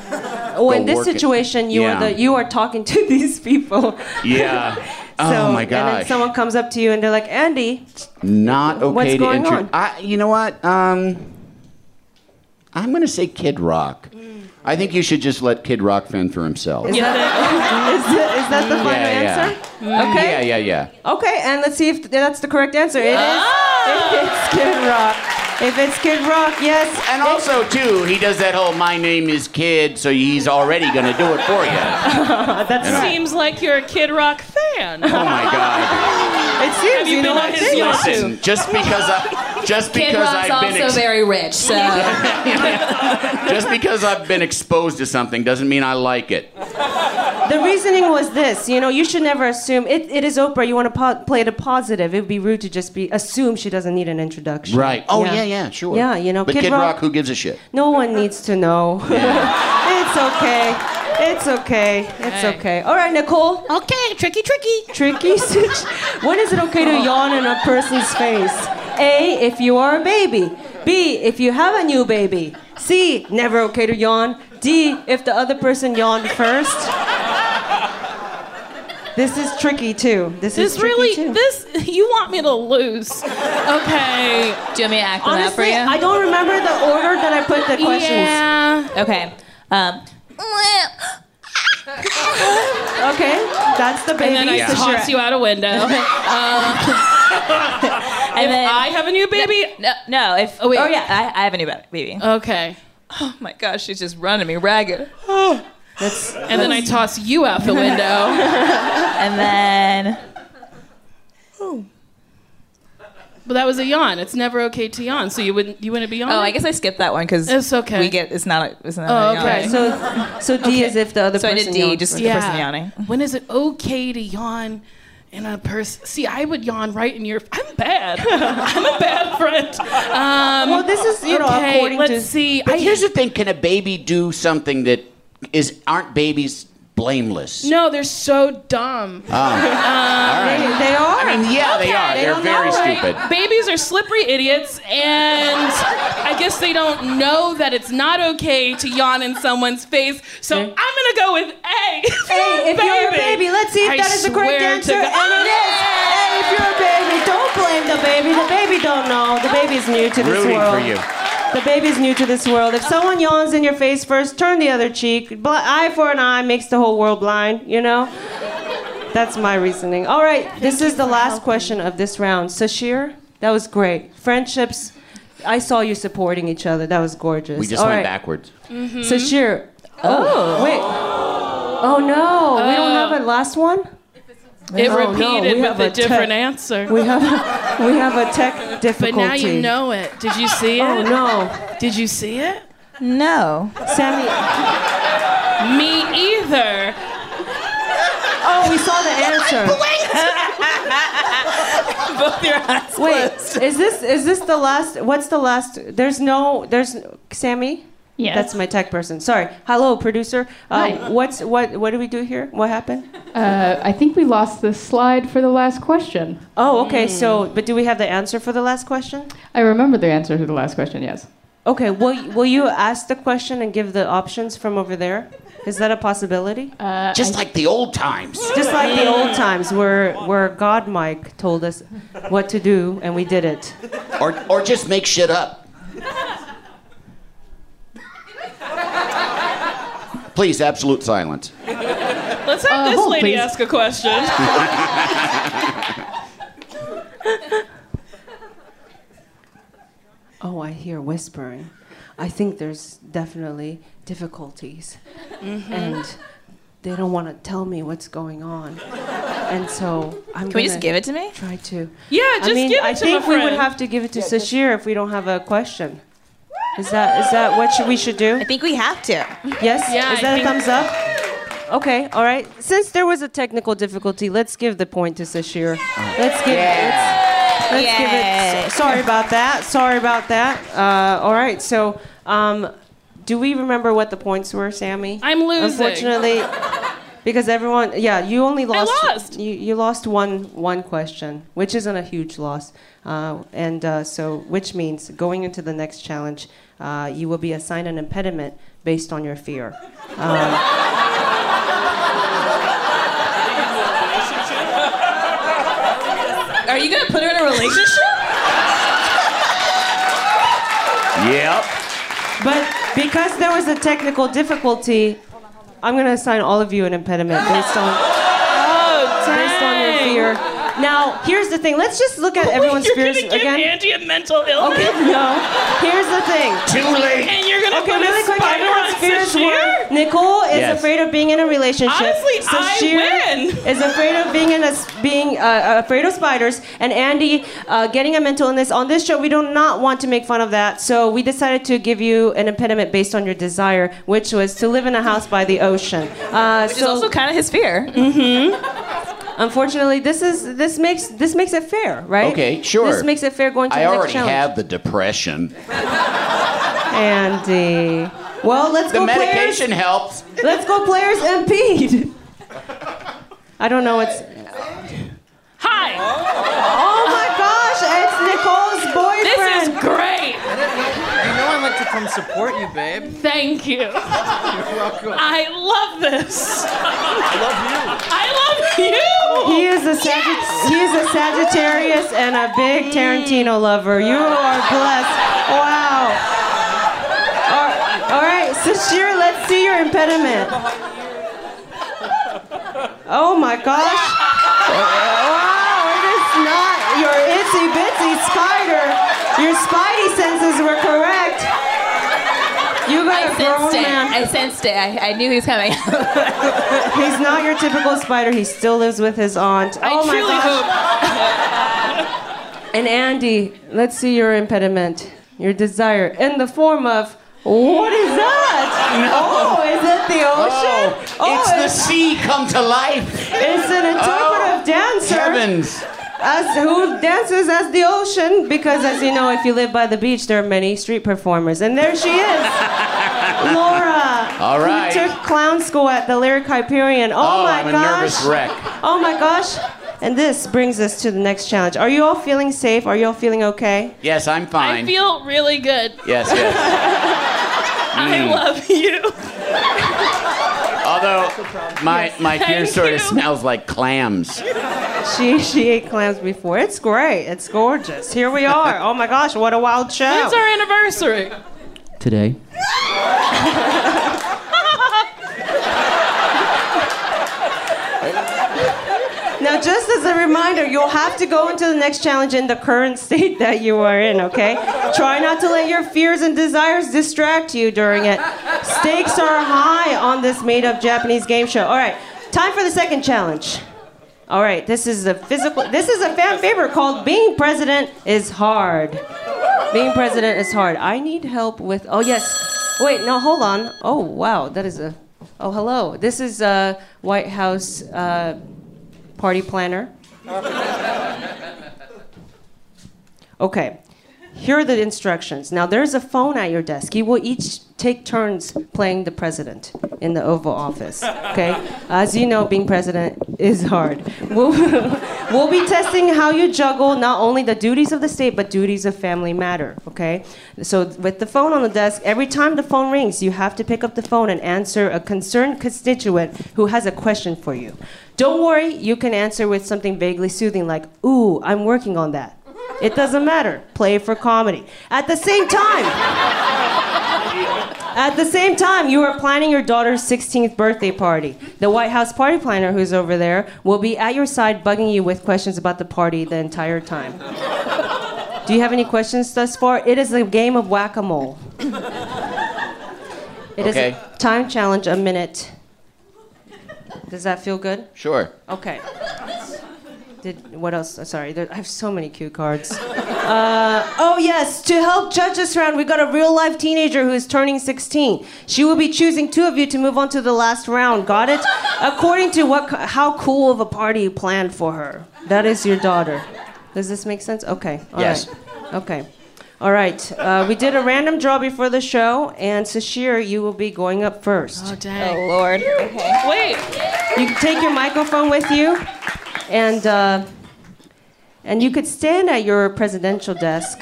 Oh, in Go this work it. situation, you Yeah. are the you are talking to these people. Yeah. So, oh my And then gosh. someone comes up to you and they're like, Andy, Not okay What's to going intro- on? I, you know what? Um, I'm gonna say Kid Rock. I think you should just let Kid Rock fend for himself. is, that, is, that- is that the final Yeah, yeah. answer? Mm. Okay. Yeah, yeah, yeah. Okay, and let's see if that's the correct answer. It is. If it's Kid Rock. If it's Kid Rock, yes. And It- also too, he does that whole "My name is Kid," so he's already gonna do it for you. Uh, that's right. Seems like you're a Kid Rock fan. Oh my God! It seems you you know been I on his think- yacht? Listen, just because I, just Kid because Rock's I've been also ex- very rich, so just because I've been exposed to something doesn't mean I like it. The reasoning was this. You know, you should never assume. It, it is Oprah. You want to po- play it a positive. It would be rude to just be assume she doesn't need an introduction. Right? Oh yeah, yeah, sure. Yeah, you know, But Kid Kid, Rock- Rock, who gives a shit? No one needs to know. it's okay. It's okay. It's okay. All right, Nicole. okay, tricky, tricky. Tricky situation. When is it okay to yawn in a person's face? A. If you are a baby. B. If you have a new baby. C. Never okay to yawn. D. If the other person yawned first. This is tricky too. This, is This tricky really, too. this you want me to lose? Okay. Do you want me to act on that for Honestly, you? I don't remember the order that I put the questions. Yeah. Okay. Um, Okay, that's the baby. And then I Yeah. toss you out a window. and Um, then I have a new baby. no, no. If oh, wait. yeah, I, I have a new baby. Okay. Oh my gosh, she's just running me ragged. And then I toss you out the window. And then But that was a yawn. It's never okay to yawn, so you wouldn't you wouldn't be yawning. oh, I guess I skipped that one because It's okay. We get it's not. It's not Oh, a okay. yawning. so, so D is if the other So I person. did D, yawns just first. the person yawning. When is it okay to yawn in a person? See, I would yawn right in your. I'm bad. I'm a bad friend. Um, Well, this is you know okay, according let's to. see. But I- here's the thing: Can a baby do something that is aren't babies blameless? no, they're so dumb. They, Um, they are. Ah. I mean, yeah, they are. they They're don't very know, right? stupid. Babies are slippery idiots, and I guess they don't know that it's not okay to yawn in someone's face. So I'm gonna go with A. Hey, if you're a baby, let's see if I that is the correct swear answer. To And it is. Hey, if you're a baby, don't blame the baby. The baby don't know. The baby's new to this Rooting for world. you. The baby's new to this world. If someone yawns in your face first, turn the other cheek. Bl- eye for an eye makes the whole world blind, you know? That's my reasoning. All right, this is the last question of this round. Sashir, that was great. Friendships, I saw you supporting each other. That was gorgeous. We just All went right, backwards. Hmm? Mm-hmm. Sashir. Oh, wait. Oh no, we don't have a last one? Uh, Oh, Oh, It No, no, repeated we have with a, a different te- answer. We have a, we have a tech but difficulty. now you know it. Did you see it? Oh no. Did you see it? No. Sammy. Me either. Oh, we saw the answer. Both your eyes. Wait, is this is this the last? What's the last? There's no. There's Sammy. Yes. That's my tech person. Sorry. Hello, producer. Uh, Hi. What's what? What do we do here? What happened? Uh, I think we lost the slide for the last question. Oh, okay. So, Hmm. but do we have the answer for the last question? I remember the answer to the last question. Yes. Okay. Will Will you ask the question and give the options from over there? Is that a possibility? Uh, Just like the old times. Just like the old times where where God Mike told us what to do and we did it. Or, or just make shit up. Please, absolute silence. Let's have Uh, this hold, lady please. ask a question. Oh, I hear whispering. I think there's definitely difficulties. Mm-hmm. And they don't want to tell me what's going on. And so I'm Can we just give it to me? try to. Yeah, just I mean, give it I to think my we friend. would have to give it to Sashir if we don't have a question. Is that is that what should, we should do? I think we have to. Yes? Yeah, is I that a think- thumbs up? Okay, all right. Since there was a technical difficulty, let's give the point to Sashir. Let's give let's- Let's give it. Yay. Sorry about that. Sorry about that. Uh, all right. So, um, do we remember what the points were, Sammy? I'm losing. Unfortunately, because everyone. Yeah, you only lost. lost. You, you lost one one question, which isn't a huge loss, uh, and uh, so which means going into the next challenge, uh, you will be assigned an impediment based on your fear. Uh, Are you gonna put her in a relationship? Yep. But because there was a technical difficulty, I'm going to assign all of you an impediment based on Oh, based on your fear. Now, here's the thing. Let's just look at everyone's you're fears gonna give again. Angie a mental illness, Okay, no. Here's the thing. Too late. and you're gonna Okay, put really a quick. spider on Everyone's fears Sashir? were Nicole is Yes. afraid of being in a relationship. Honestly, I Sashir win. is afraid of being in a s- being uh, afraid of spiders, and Andy uh, getting a mental illness. On this show, we do not want to make fun of that, so we decided to give you an impediment based on your desire, which was to live in a house by the ocean. Uh, Which so Mm-hmm. is also kind of his fear. unfortunately, this is this makes this makes it fair, right? Okay, sure. This makes it fair going to I the next already challenge. have the depression. Andy. Well, let's The go players. medication helps. Let's go, players impede. I don't know. It's Hi, oh my gosh! It's Nicole's this boyfriend. is great. You know I'd like to come support you, babe. Thank you. Welcome. I love this. I love you. I love you. is a Sagitt- he is a Sagittarius and a big Tarantino lover. You are blessed. Wow. All- all right, Sashir, let's see your impediment. Oh my gosh. Wow, it is not your itsy bitsy spider. Your spidey senses were correct. You got I a grown sensed it. man. I sensed it. I, I knew he was coming. He's not your typical spider. He still lives with his aunt. I oh my truly gosh. hope. And Andy, let's see your impediment, your desire, in the form of what is that? Oh, is it the ocean? Oh, it's the sea come to life. Oh. it's an interpretive dancer Heavens. as who dances as the ocean because, as you know, if you live by the beach, there are many street performers, and there she is, Laura. All right. Who took clown school at the Lyric Hyperion? Oh, Oh, my I'm a gosh. nervous wreck. Oh my gosh. And this brings us to the next challenge. Are you all feeling safe? Are you all feeling okay? Yes, I'm fine. I feel really good. yes, yes. Mm. I love you. Although my my beer Thank sort you. of smells like clams. She she ate clams before. It's great. It's gorgeous. Here we are. Oh my gosh, what a wild show. It's our anniversary. Today. Now just as a reminder, you'll have to go into the next challenge in the current state that you are in, okay? Try not to let your fears and desires distract you during it. Stakes are high on this made-up Japanese game show. All right. Time for the second challenge. All right, this is a physical. This is a fan favorite called "Being President is Hard." Being president is hard. I need help with. Oh yes. Wait, no, hold on. Oh wow, that is a. Oh hello. This is a White House uh, party planner. Okay. Here are the instructions. Now there's a phone at your desk. You will each take turns playing the president in the Oval Office. Okay? As you know, being president is hard. We'll, we'll be testing how you juggle not only the duties of the state but duties of family matter. Okay? So with the phone on the desk, every time the phone rings, you have to pick up the phone and answer a concerned constituent who has a question for you. Don't worry, you can answer with something vaguely soothing like, "Ooh, I'm working on that." It doesn't matter. Play for comedy. At the same time, at the same time, you are planning your daughter's 16th birthday party. The White House party planner who's over there will be at your side bugging you with questions about the party the entire time. Do you have any questions thus far? It is a game of whack a mole. It is Okay. a time challenge, a minute. Does that feel good? Sure. Okay. Did what else? Uh, Sorry, there, I have so many cue cards. Uh, oh yes, to help judge this round, we got a real life teenager who is turning 16. She will be choosing two of you to move on to the last round. Got it? According to what, co- how cool of a party you planned for her. That is your daughter. Does this make sense? Okay. all Yes. right. Okay. All right. Uh, we did a random draw before the show, and Sashir, you will be going up first. oh Lord. Okay. Wait, You can take your microphone with you, and uh, and you could stand at your presidential desk.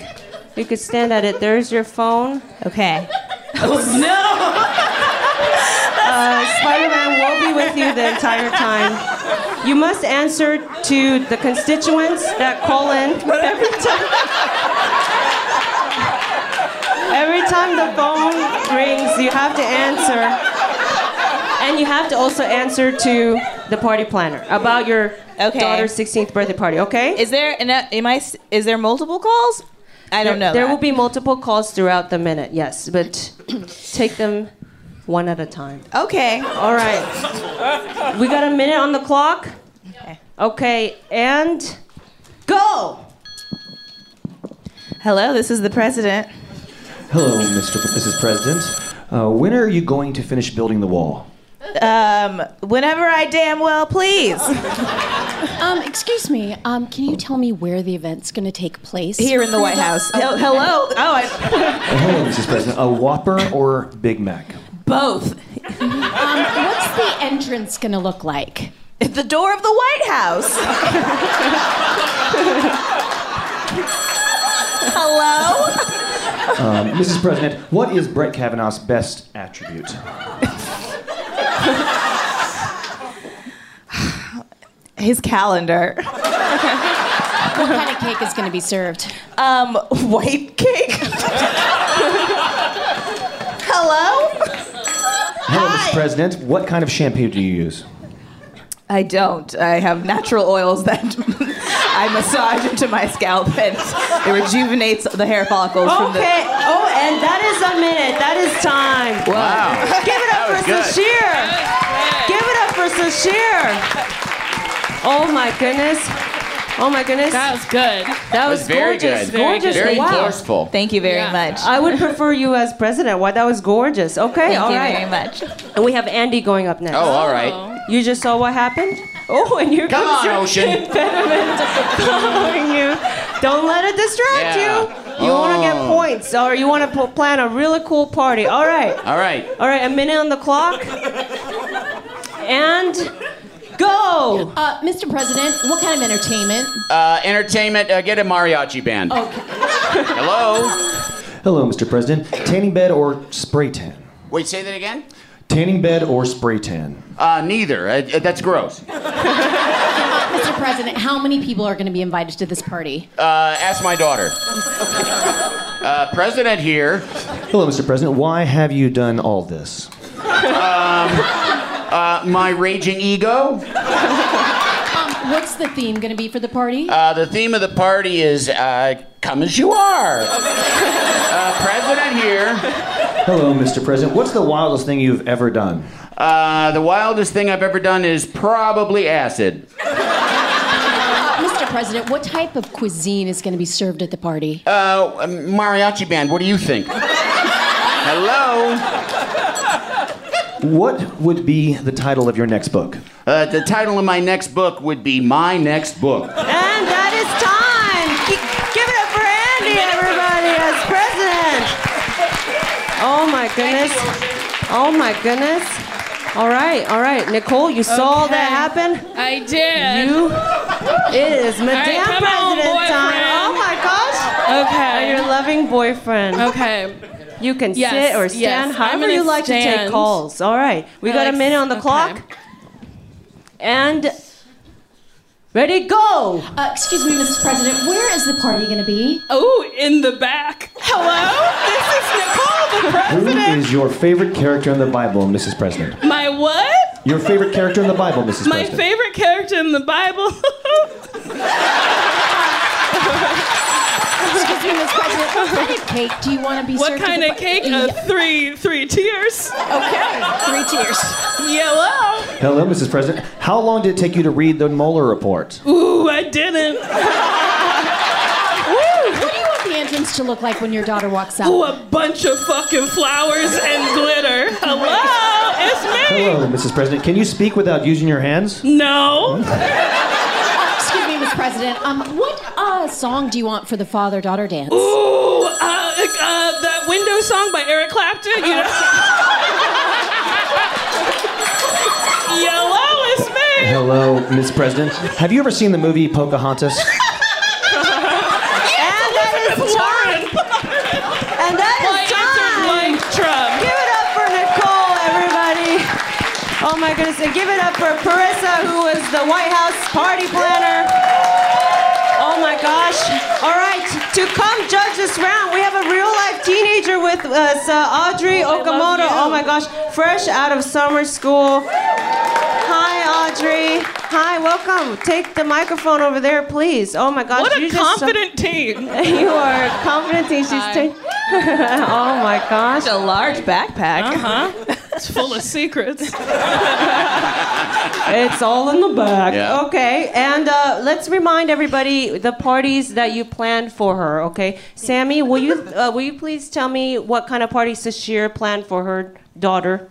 You could stand at it. There's your phone. Okay. Oh, Uh, Spider-Man will be with you the entire time. You must answer to the constituents that call in every time. Every time the phone rings, you have to answer, and you have to also answer to the party planner about your Okay. daughter's 16th birthday party. Okay? Is there an, uh, am I s- is there multiple calls? I don't there, know. There that. will be multiple calls throughout the minute. Yes, but take them one at a time. Okay. All right. We got a minute on the clock. Okay. Okay, and go. Hello, this is the president. Hello, Mr. P- Mrs. President. Uh, when are you going to finish building the wall? Uh, Um, whenever I damn well please. Um, excuse me. Um, can you tell me where the event's going to take place? Here in the White House. Hel- Hello. Oh, I, Uh, hello, Mrs. President. A Whopper or Big Mac? both. Um, what's the entrance going to look like? At the door of the White House. Hello. Um, Mrs. President, what is Brett Kavanaugh's best attribute? his calendar. What kind of cake is going to be served? Um, white cake. Hello? Hello, Mr. President. What kind of shampoo do you use? I don't. I have natural oils that I massage into my scalp and it rejuvenates the hair follicles from the. Okay. Oh, and that is a minute. That is time. Wow. Give it up That was for good. Sashir. Give it up for Sashir. Oh my goodness. Oh my goodness. That was good. That was, very gorgeous. good. Gorgeous. Very wow. forceful. Thank you very much. I would prefer you as president. Wow, that was gorgeous. Okay, Thank all you right. very much. And we have Andy going up next. Oh, all right. You just saw what happened? Oh, and here Come comes on, your Ocean. impediment following you. Don't let it distract you. You want to get Oh. points, or you want to p- plan a really cool party. All right. All right. All right, a minute on the clock. And Oh. go! Uh, Mr. President, what kind of entertainment? Uh, entertainment, uh, get a mariachi band. Okay. Hello? Hello, Mr. President. Tanning bed or spray tan? Wait, say that again? Tanning bed or spray tan? Uh, neither. Uh, uh, that's gross. Mr. President, how many people are going to be invited to this party? Uh, ask my daughter. Uh, president here. Hello, Mr. President. Why have you done all this? Um, Uh, my raging ego. Um, what's the theme going to be for the party? Uh, the theme of the party is uh, come as you are. Uh, president here. Hello, Mr. President. What's the wildest thing you've ever done? Uh, the wildest thing I've ever done is probably acid. Uh, Mr. President, what type of cuisine is going to be served at the party? Uh, mariachi band, what do you think? Hello? What would be the title of your next book? Uh, the title of my next book would be My Next Book. And that is time. Gi- Give it up for Andy, everybody, as president. Oh my goodness. Oh my goodness. All right, all right, Nicole, you saw that happen. I did. You. It is All right, Madame come on, President time. boyfriend. Oh my gosh. Okay. And your loving boyfriend. Okay. You can Yes, sit or yes, stand, I'm however gonna you like to take stand. calls. All right, we I got like a minute on the clock. And ready, go. Uh, excuse me, Mrs. President, where is the party going to be? Oh, in the back. Hello? This is Nicole, the Who is your favorite character in the Bible, Mrs. President? My what? Your favorite character in the Bible, Mrs. My President? favorite character in the Bible. Excuse me, Mrs. President, what kind of cake do you want to be what served? at kind the of par- cake? Yeah. Uh, three, three tiers. Okay, three tiers. Yellow. Hello, Mrs. President. How long did it take you to read the Mueller report? Ooh, I didn't. Um, What do you want the entrance to look like when your daughter walks out? Ooh, a bunch of fucking flowers and glitter. Hello, it's me. Hello, Mrs. President. Can you speak without using your hands? No. Uh, excuse me, Mrs. President, um, what uh, song do you want for the father-daughter dance? Ooh, uh, uh, that window song by Eric Clapton. You know? Yellow is me. Hello, Mrs. President. Have you ever seen the movie Pocahontas? And that is time. And that is time. Give it up for Nicole, everybody. Oh my goodness. And give it up for Parissa, who is the White House party planner. Oh my gosh. All right, to come judge this round, we have a real life teenager with us, uh, Audrey Okamoto. Oh my gosh, fresh out of summer school. Hi, Audrey. Hi, welcome. Take the microphone over there, please. Oh my gosh. What you a just so- confident teen. you are confident in she's ta- Oh my gosh. A large backpack. Uh huh. It's full of secrets. It's all in the back. Yeah. Okay, and uh, let's remind everybody the parties that you planned for her. Okay, Sammy, will you uh, will you please tell me what kind of party Sashir planned for her daughter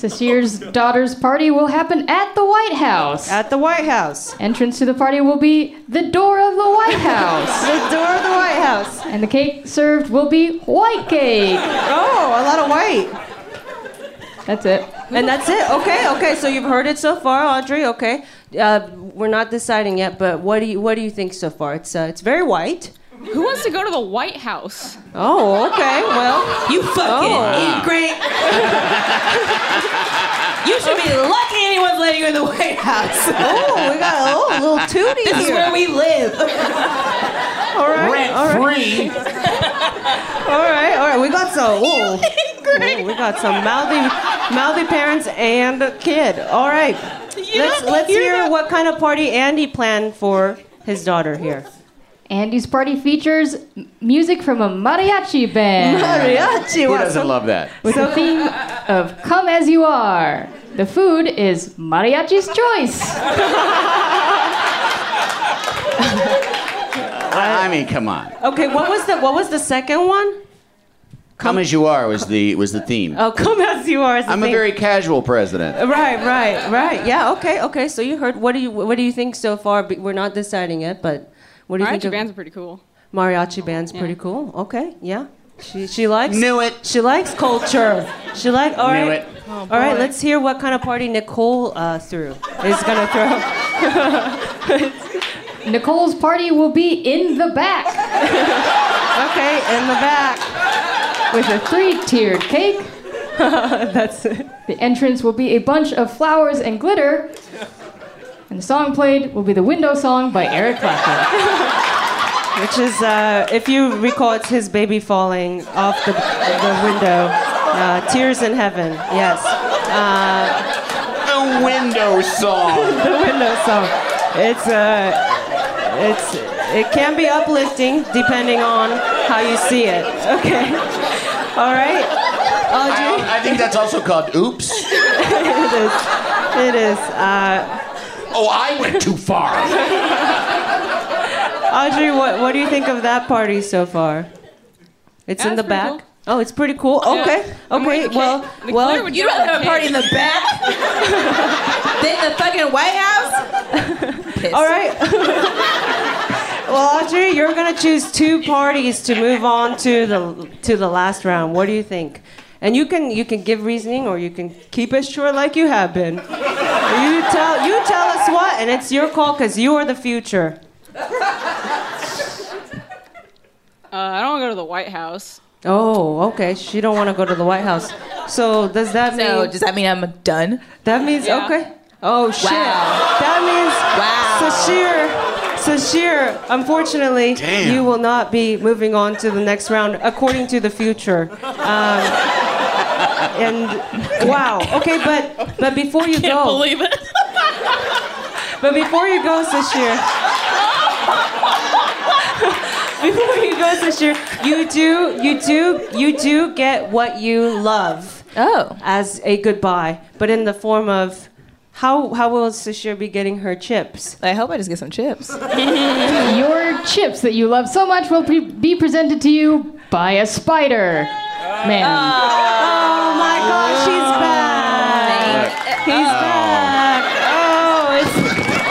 This year's daughter's party will happen at the White House. at the White House? Entrance to the party will be the door of the White House. The door of the White House. and the cake served will be white cake. Oh, a lot of white. That's it. And that's it. Okay, okay. So you've heard it so far, Audrey. Okay, uh, we're not deciding yet, but what do you what do you think so far? It's uh, it's very white. Who wants to go to the White House? Oh. Oh, okay. Well, you fucking ingrate. you should be lucky anyone's letting you in the White House. Oh, we got a oh, little tootie This is here. where we live. All right. all right. all right, all right. We got some. Ooh. Ooh, we got some mouthy, mouthy parents and a kid. All right. let's let's hear what kind of party Andy planned for his daughter here. Andy's party features m- music from a mariachi band. Mariachi, Who doesn't love that? With a uh, theme of Come As You Are. The food is Mariachi's Choice. I I mean, come on. Okay, what was the what was the second one? Come as you are was the was the theme. Oh, come as you are. Is the I'm a thing. very casual president. Right, right, right. Yeah. Okay. Okay. So you heard. What do you What do you think so far? Be- We're not deciding yet, but what do you think? Mariachi of- bands are pretty cool. mariachi band's pretty cool. Okay. Yeah. She She likes. Knew it. She likes culture. She like. All right. Knew it. Oh, all right. boy. Let's hear what kind of party Nicole uh, threw. Is gonna throw. Nicole's party will be in the back okay. In the back. with a three tiered cake. That's it. The entrance will be a bunch of flowers and glitter. And the song played will be the window song by Eric Clapton. Which is, uh, if you recall, it's his baby falling off the, the window. Uh, Tears in Heaven, yes. Uh, The window song. the window song. It's, uh, it's, it can be uplifting depending on how you see it. Okay. All right. Audrey. I, I think that's also called oops. it is. It is. Uh, Oh, I went too far. Audrey, what, what do you think of that party so far? It's Yeah, in it's the pretty back. cool. Oh, it's pretty cool. Yeah. Okay. I'm Okay. like, okay. Well, The well. glitter would You'd rather have a party in the back than the fucking White House? All right. well, Audrey, you're gonna choose two parties to move on to the to the last round. What do you think? And you can you can give reasoning or you can keep it short like you have been. You tell you tell us what, and it's your call because you are the future. Uh, I don't want to go to the White House. Oh, okay. She don't want to go to the White House. So does that mean? So does that mean I'm done? That means Yeah. okay. Oh shit. Wow. That means Wow. Sashir. Sashir, unfortunately, Damn. you will not be moving on to the next round according to the future. Um, and wow. Okay, but but before you Can't go, believe it. but before you go, Sashir. before you go, Sashir, you do you do you do get what you love Oh. as a goodbye, but in the form of how how will Sashir be getting her chips? I hope I just get some chips. Your chips that you love so much will pre- be presented to you by a spider. Man. Oh my gosh, he's back! He's back! Oh, it's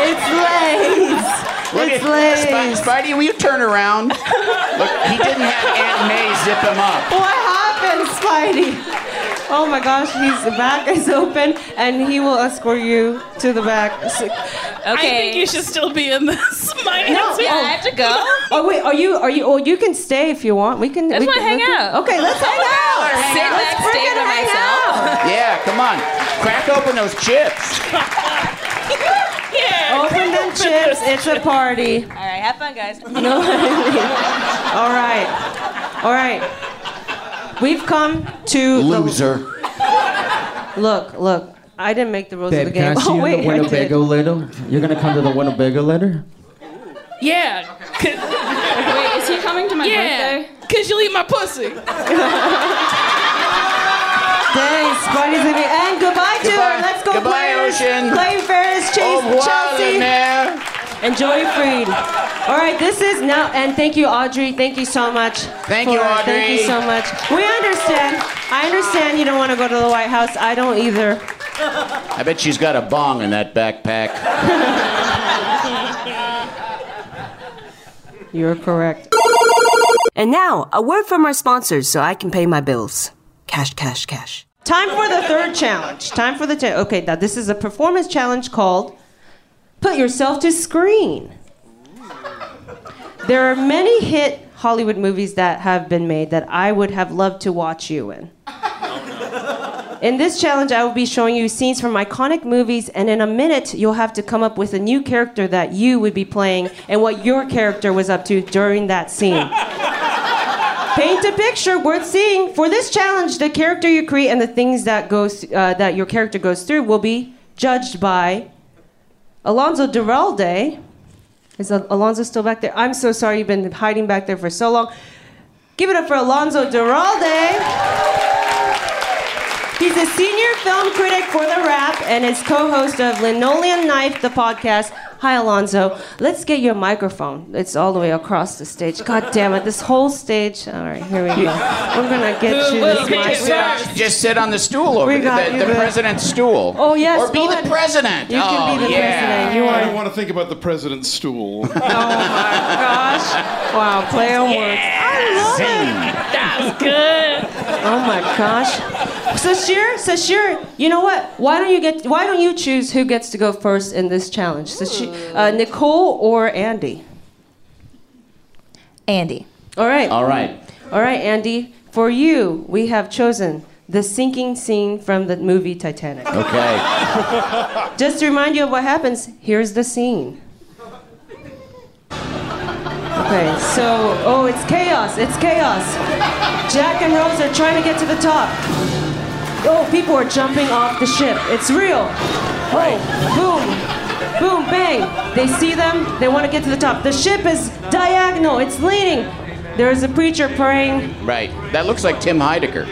it's Lays. Look It's at- Lays. Sp- Spidey, will you turn around? Look, he didn't have Aunt May zip him up. What happened, Spidey? Oh my gosh, his back is open, and he will escort you to the back. Okay. I think you should still be in this. My No, Yeah, I have to go. Oh wait, are you? Are you? Oh, you can stay if you want. We can. I we just wanna hang can- we can- out. Okay, let's hang out. Sit back, Let's stay freaking by hang myself. out. Yeah, come on. Crack open those chips. Oh, Open them chips. It's a party. All right, have fun, guys. No. All right. All right. We've come to Loser. The, look, look. I didn't make the rules of Babe, the game. can I see oh you wait, in the I did. Winnebago later? You're gonna come to the Winnebago later? Yeah. Wait, is he coming to my Yeah. birthday? Cause you'll eat my pussy. Thanks, party's leaving. And goodbye, to her. Goodbye. Let's go, Goodbye, players. Ocean. Clayton Ferris, Au Chase, revoir, Chelsea. la mère. and Joey Freed. All right, this is now, and thank you, Audrey. Thank you so much. Thank you, Thank Audrey. you so much. We understand. I understand you don't want to go to the White House. I don't either. I bet she's got a bong in that backpack. You're correct. And now, a word from our sponsors so I can pay my bills. Cash, cash, cash. Time for the third challenge. Time for the cha- okay. Now this is a performance challenge called "Put Yourself to Screen." There are many hit Hollywood movies that have been made that I would have loved to watch you in. In this challenge, I will be showing you scenes from iconic movies, and in a minute, you'll have to come up with a new character that you would be playing and what your character was up to during that scene. Paint a picture worth seeing. For this challenge, the character you create and the things that goes uh, that your character goes through will be judged by Alonzo Duralde. Is Al- Alonzo still back there? I'm so sorry you've been hiding back there for so long. Give it up for Alonzo Duralde. He's a senior film critic for The Rap and is co-host of Linoleum Knife, the podcast. Hi, Alonzo. Let's get your microphone. It's all the way across the stage. God damn it, this whole stage. All right, here we go. We're gonna get you this just, microphone. sit, just sit on the stool over We got there, you, the, the babe. president's stool. Oh yes, Or be go the ahead. president. You can Oh, be the yeah. president. You I are don't want to think about the president's stool. gosh. Wow, play on words. I love Uh, it. That's good. Oh my gosh. Sashir, Sashir, you know what? Why don't you get? Why don't you choose who gets to go first in this challenge? Sashir, Hmm. uh, Nicole or Andy? Andy. All right. All right. All right, Andy. For you, we have chosen the sinking scene from the movie Titanic. Okay. Just to remind you of what happens, here's the scene. Okay, so, oh, it's chaos, it's chaos. Jack and Rose are trying to get to the top. Oh, people are jumping off the ship. It's real. Oh, boom, boom, bang. They see them, they want to get to the top. The ship is diagonal, it's leaning. There is a preacher praying. Right. That looks like Tim Heidecker.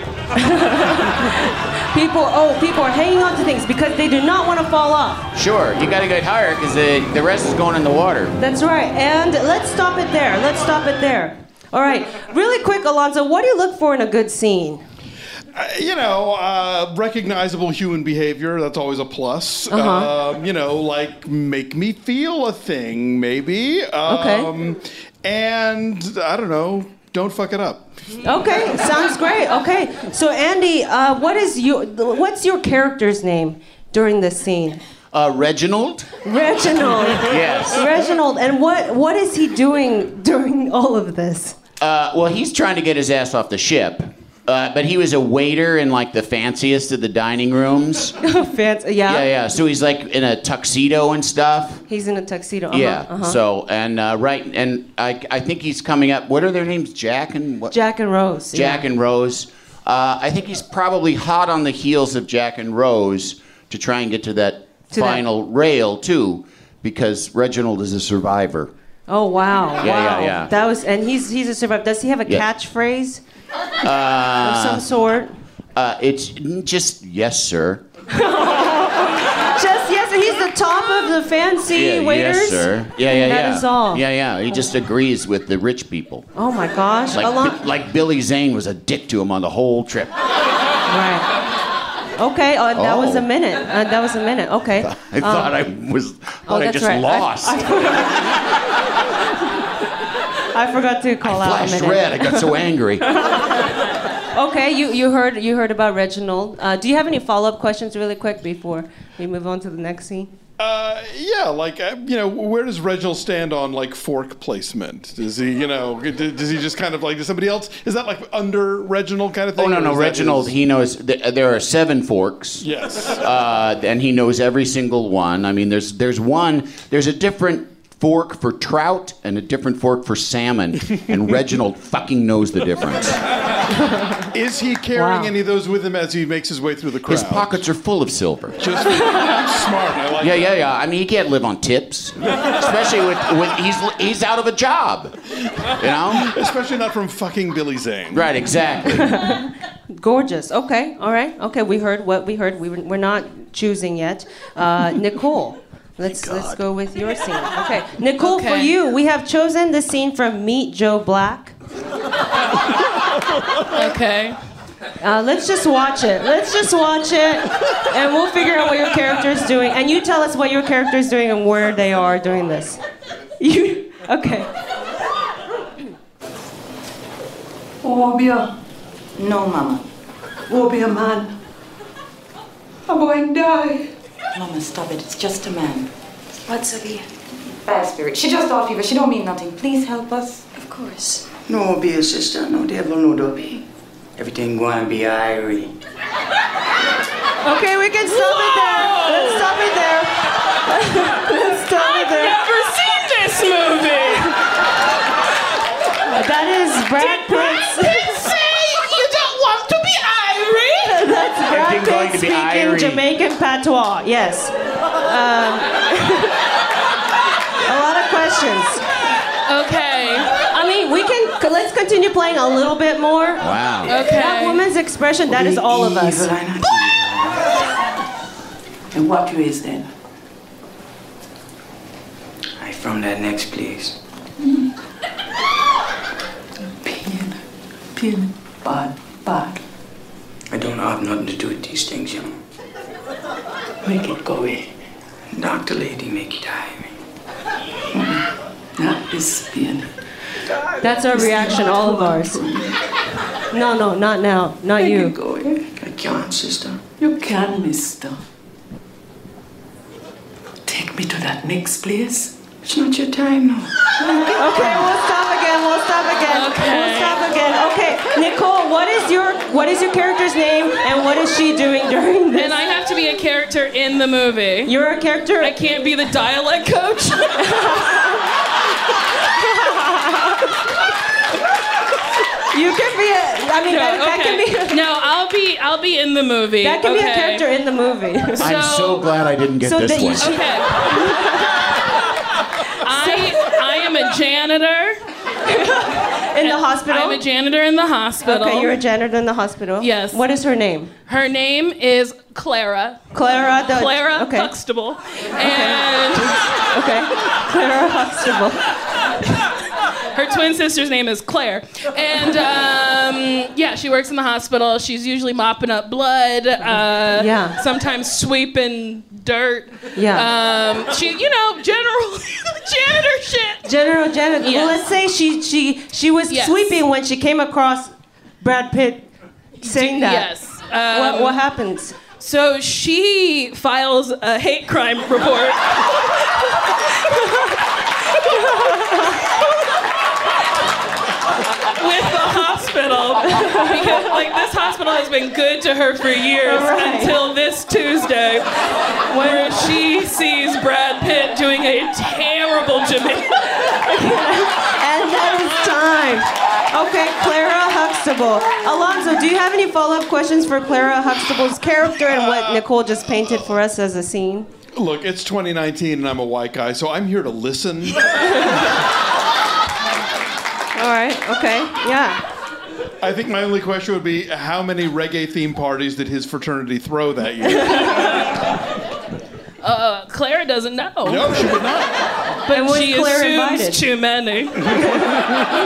People, oh, people are hanging on to things because they do not want to fall off. Sure, you gotta get higher because the, the rest is going in the water. That's right. And let's stop it there. Let's stop it there. All right. Really quick, Alonzo, what do you look for in a good scene? Uh, you know, uh, recognizable human behavior, that's always a plus. Uh-huh. Um, you know, like make me feel a thing, maybe. Um, okay. And I don't know, don't fuck it up. Mm-hmm. Okay, sounds great. Okay. So Andy, uh, what is your what's your character's name during this scene? Uh, Reginald? Reginald. Yes. Reginald. And what what is he doing during all of this? Uh, well, he's trying to get his ass off the ship. Uh, but he was a waiter in like the fanciest of the dining rooms. Fancy, yeah. Yeah, yeah. So he's like in a tuxedo and stuff. He's in a tuxedo. Uh-huh, yeah. uh-huh. So and uh, right and I I think he's coming up. What are their names? Jack and what? Jack and Rose. Jack and Rose. Uh, I think he's probably hot on the heels of Jack and Rose to try and get to that To that- final rail too, because Reginald is a survivor. Oh wow. Yeah, yeah, wow. yeah. That was and he's he's a survivor. Does he have a Yeah. catchphrase? Uh, Of some sort. Uh, it's just yes, sir. Just yes, he's the top of the fancy Yeah, waiters. Yes, sir. Yeah, yeah, yeah. That is all. Yeah, yeah. He just agrees with the rich people. Oh my gosh, Like, Alon- Bi- like Billy Zane was a dick to him on the whole trip. right. Okay, uh, that was a Oh. minute. Uh, that was a minute. Okay. Um, oh, I thought I was. Thought I just lost. I, I forgot to call out a Flashed minute. red. I got so angry. okay, you, you heard you heard about Reginald. Uh, do you have any follow up questions, really quick, before we move on to the next scene? Uh, yeah, like uh, you know, where does Reginald stand on like fork placement? Does he, you know, d- does he just kind of like does somebody else? Is that like under Reginald kind of thing? Oh no, or no, is that Reginald. his- He knows th- there are seven forks. Yes. Uh, and he knows every single one. I mean, there's there's one. There's a different fork for trout and a different fork for salmon, and Reginald fucking knows the difference. Is he carrying Wow. any of those with him as he makes his way through the crowd? His pockets are full of silver. Just smart. I like yeah, that. yeah, yeah. I mean, he can't live on tips, especially with, with he's he's out of a job. You know? Especially not from fucking Billy Zane. Right, exactly. Gorgeous. Okay, all right. Okay, we heard what we heard. We were, we're not choosing yet. Uh, Nicole, let's let's go with your scene. Okay, Nicole, for Okay. you, we have chosen the scene from Meet Joe Black. okay. Uh, let's just watch it. Let's just watch it, and we'll figure out what your character is doing. And you tell us what your character is doing and where they are during this. You okay? Oh, Obia. No, Mama. Obia, man. I'm going to die. Mama, stop it. It's just a man. What's Obia? Bad spirit. She just off you, but she don't mean nothing. Please help us. Of course. No be a sister, no devil, no dopey. Everything going to be irie. Okay, we can stop it there. Let's stop it there. Let's stop it there. I've never seen this movie. Oh, that is Brad Pitt's. say you don't want to be Irish? That's Brad Pitt speaking Jamaican patois. Yes. Um, a lot of questions. Okay. I mean, we can c- let's continue playing a little bit more. Wow. Okay. That woman's expression. That is all of us. Evil and uneasy. In what ways then? I from that next place. Pin. Bad, bad. I don't have nothing to do with these things, you know. Make it go away. Doctor lady, make it die. Not this pin. That's our reaction, all of ours. No, no, not now. Not you. I can't, sister. You can, mister. Take me to that next place. It's not your time now. Okay, we'll stop again. We'll stop again. We'll stop again. Okay, Nicole, what is your what is your character's name and what is she doing during this? And I have to be a character in the movie. You're a character. I can't be the dialect coach. you can be a. I mean, no, that, that okay. can be. No, I'll be. I'll be in the movie. That can be a okay. character in the movie. I'm so glad I didn't get so this that you one. should- Okay. I, I am a janitor. In the hospital? I'm a janitor in the hospital. Okay, you're a janitor in the hospital. Yes. What is her name? Her name is Clara. Clara the- Clara okay. Huxtable. And Okay. Clara Huxtable. Her twin sister's name is Claire. And um, yeah, she works in the hospital. She's usually mopping up blood, uh, Yeah. sometimes sweeping dirt. Yeah. Um, she, you know, general janitor shit. General janitor. Well, let's Yes. say she she she was Yes. sweeping when she came across Brad Pitt saying that. Yes. what, Um, what happens? So she files a hate crime report. With the hospital, because like this hospital has been good to her for years Right. until this Tuesday, where she sees Brad Pitt doing a terrible Jamaican. And that is time. Okay, Clara Huxtable. Alonso, do you have any follow-up questions for Clara Huxtable's character and what Nicole just painted for us as a scene? Look, it's 2019 and I'm a white guy, so I'm here to listen. All right. Okay. Yeah. I think my only question would be how many reggae theme parties did his fraternity throw that year? Uh, Clara doesn't know. No, she would not. But And was she Claire assumes invited? too many.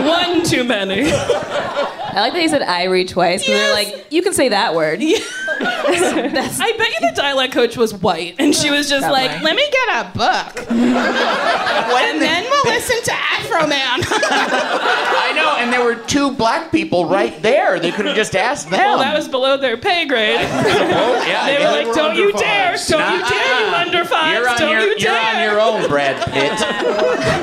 One too many. I like that you said Irie twice. 'cause They're like, you can say that word. I bet you the dialect coach was white, and she was just Probably. like, "Let me get a book, and then we'll listen to Afro Man." I know, and there were two black people right there. They could have just asked them. well, that was below their pay grade. yeah, yeah. they were like, They were "Don't under you fives. dare! Don't Nah. you dare! You under You're on fives! Don't your, you you're on dare!" your own, Brad Pitt.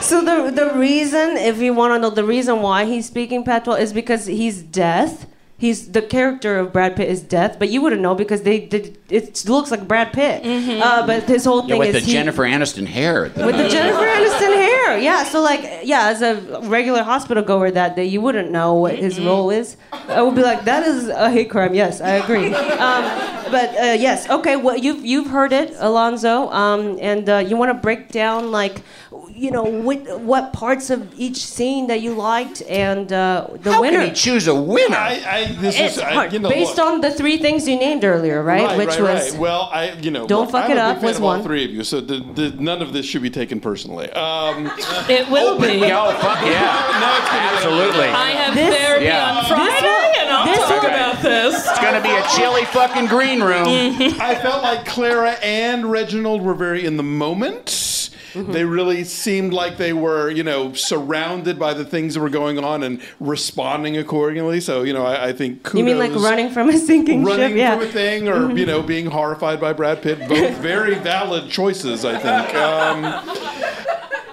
So the the reason, if you want to know the reason why he's speaking patois, is because he's deaf. He's the character of Brad Pitt is deaf, but you wouldn't know because they did. It looks like Brad Pitt, uh, but his whole yeah, thing with the is he- Jennifer Aniston hair. at with the Jennifer Aniston hair. Yeah, so like, yeah, as a regular hospital goer that day, you wouldn't know what his role is. I would be like, that is a hate crime. Yes, I agree. Um, but uh, yes, okay. Well, you've you've heard it, Alonzo, um, and uh, you want to break down like, you know, what what parts of each scene that you liked and uh, the How winner. can he choose a winner? I, I, this It's is, I, hard. you know, based look. on the three things you named earlier, right? Which was right. well, I you know Don't look, fuck I'm it a up big fan was of all one. three of you, so the, the, none of this should be taken personally. Um, It will be. Oh, fuck yeah. no, it's gonna be- Absolutely. I have This- therapy Yeah. on This Friday, will- and I'll this talk will- about this. It's gonna be a chilly fucking green room. Mm-hmm. I felt like Clara and Reginald were very in the moment. Mm-hmm. They really seemed like they were, you know, surrounded by the things that were going on and responding accordingly. So, you know, I, I think kudos. you mean like running from a sinking running ship? Yeah. from a thing, or you know, being horrified by Brad Pitt. Both very valid choices, I think. Um,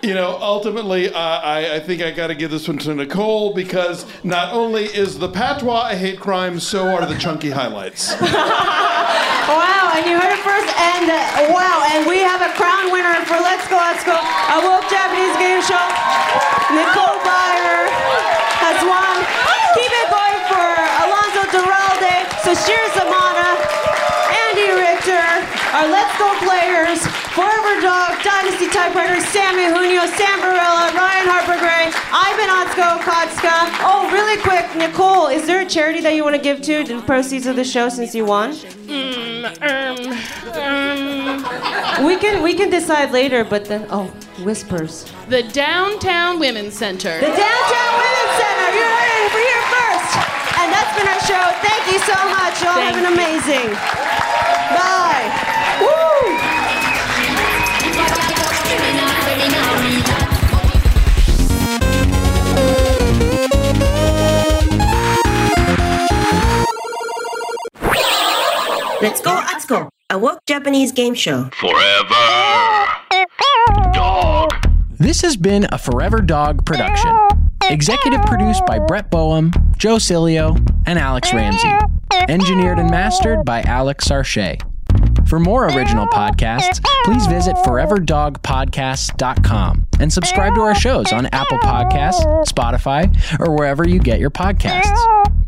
you know, ultimately, uh, I, I think I got to give this one to Nicole because not only is the patois a hate crime, so are the chunky highlights. Wow, and you heard it first, and uh, wow, and we have a crown winner for Let's Go, Let's Go, a woke Japanese game show. Nicole Byer has won. Keep it going for Alonzo Duralde, Sashir Zamana, Andy Richter, our Let's Go players, Forever Dog, Dynasty Typewriter, Sammy Junio, Sam Barella, Ryan Harper Gray, Ivan Otsko, Kotska. Oh, really quick, Nicole, is there a charity that you want to give to the proceeds of the show since you won? Mm, um, We can we can decide later, but then oh, whispers. The Downtown Women's Center. The Downtown Women's Center. You heard it for here first, and that's been our show. Thank you so much. Y'all have an amazing. Bye. Woo. Let's go, Atsuko, a woke Japanese game show. Forever. Dog. This has been a Forever Dog production. Executive produced by Brett Boehm, Joe Cilio, and Alex Ramsey. Engineered and mastered by Alex Sarche. For more original podcasts, please visit foreverdogpodcasts.com and subscribe to our shows on Apple Podcasts, Spotify, or wherever you get your podcasts.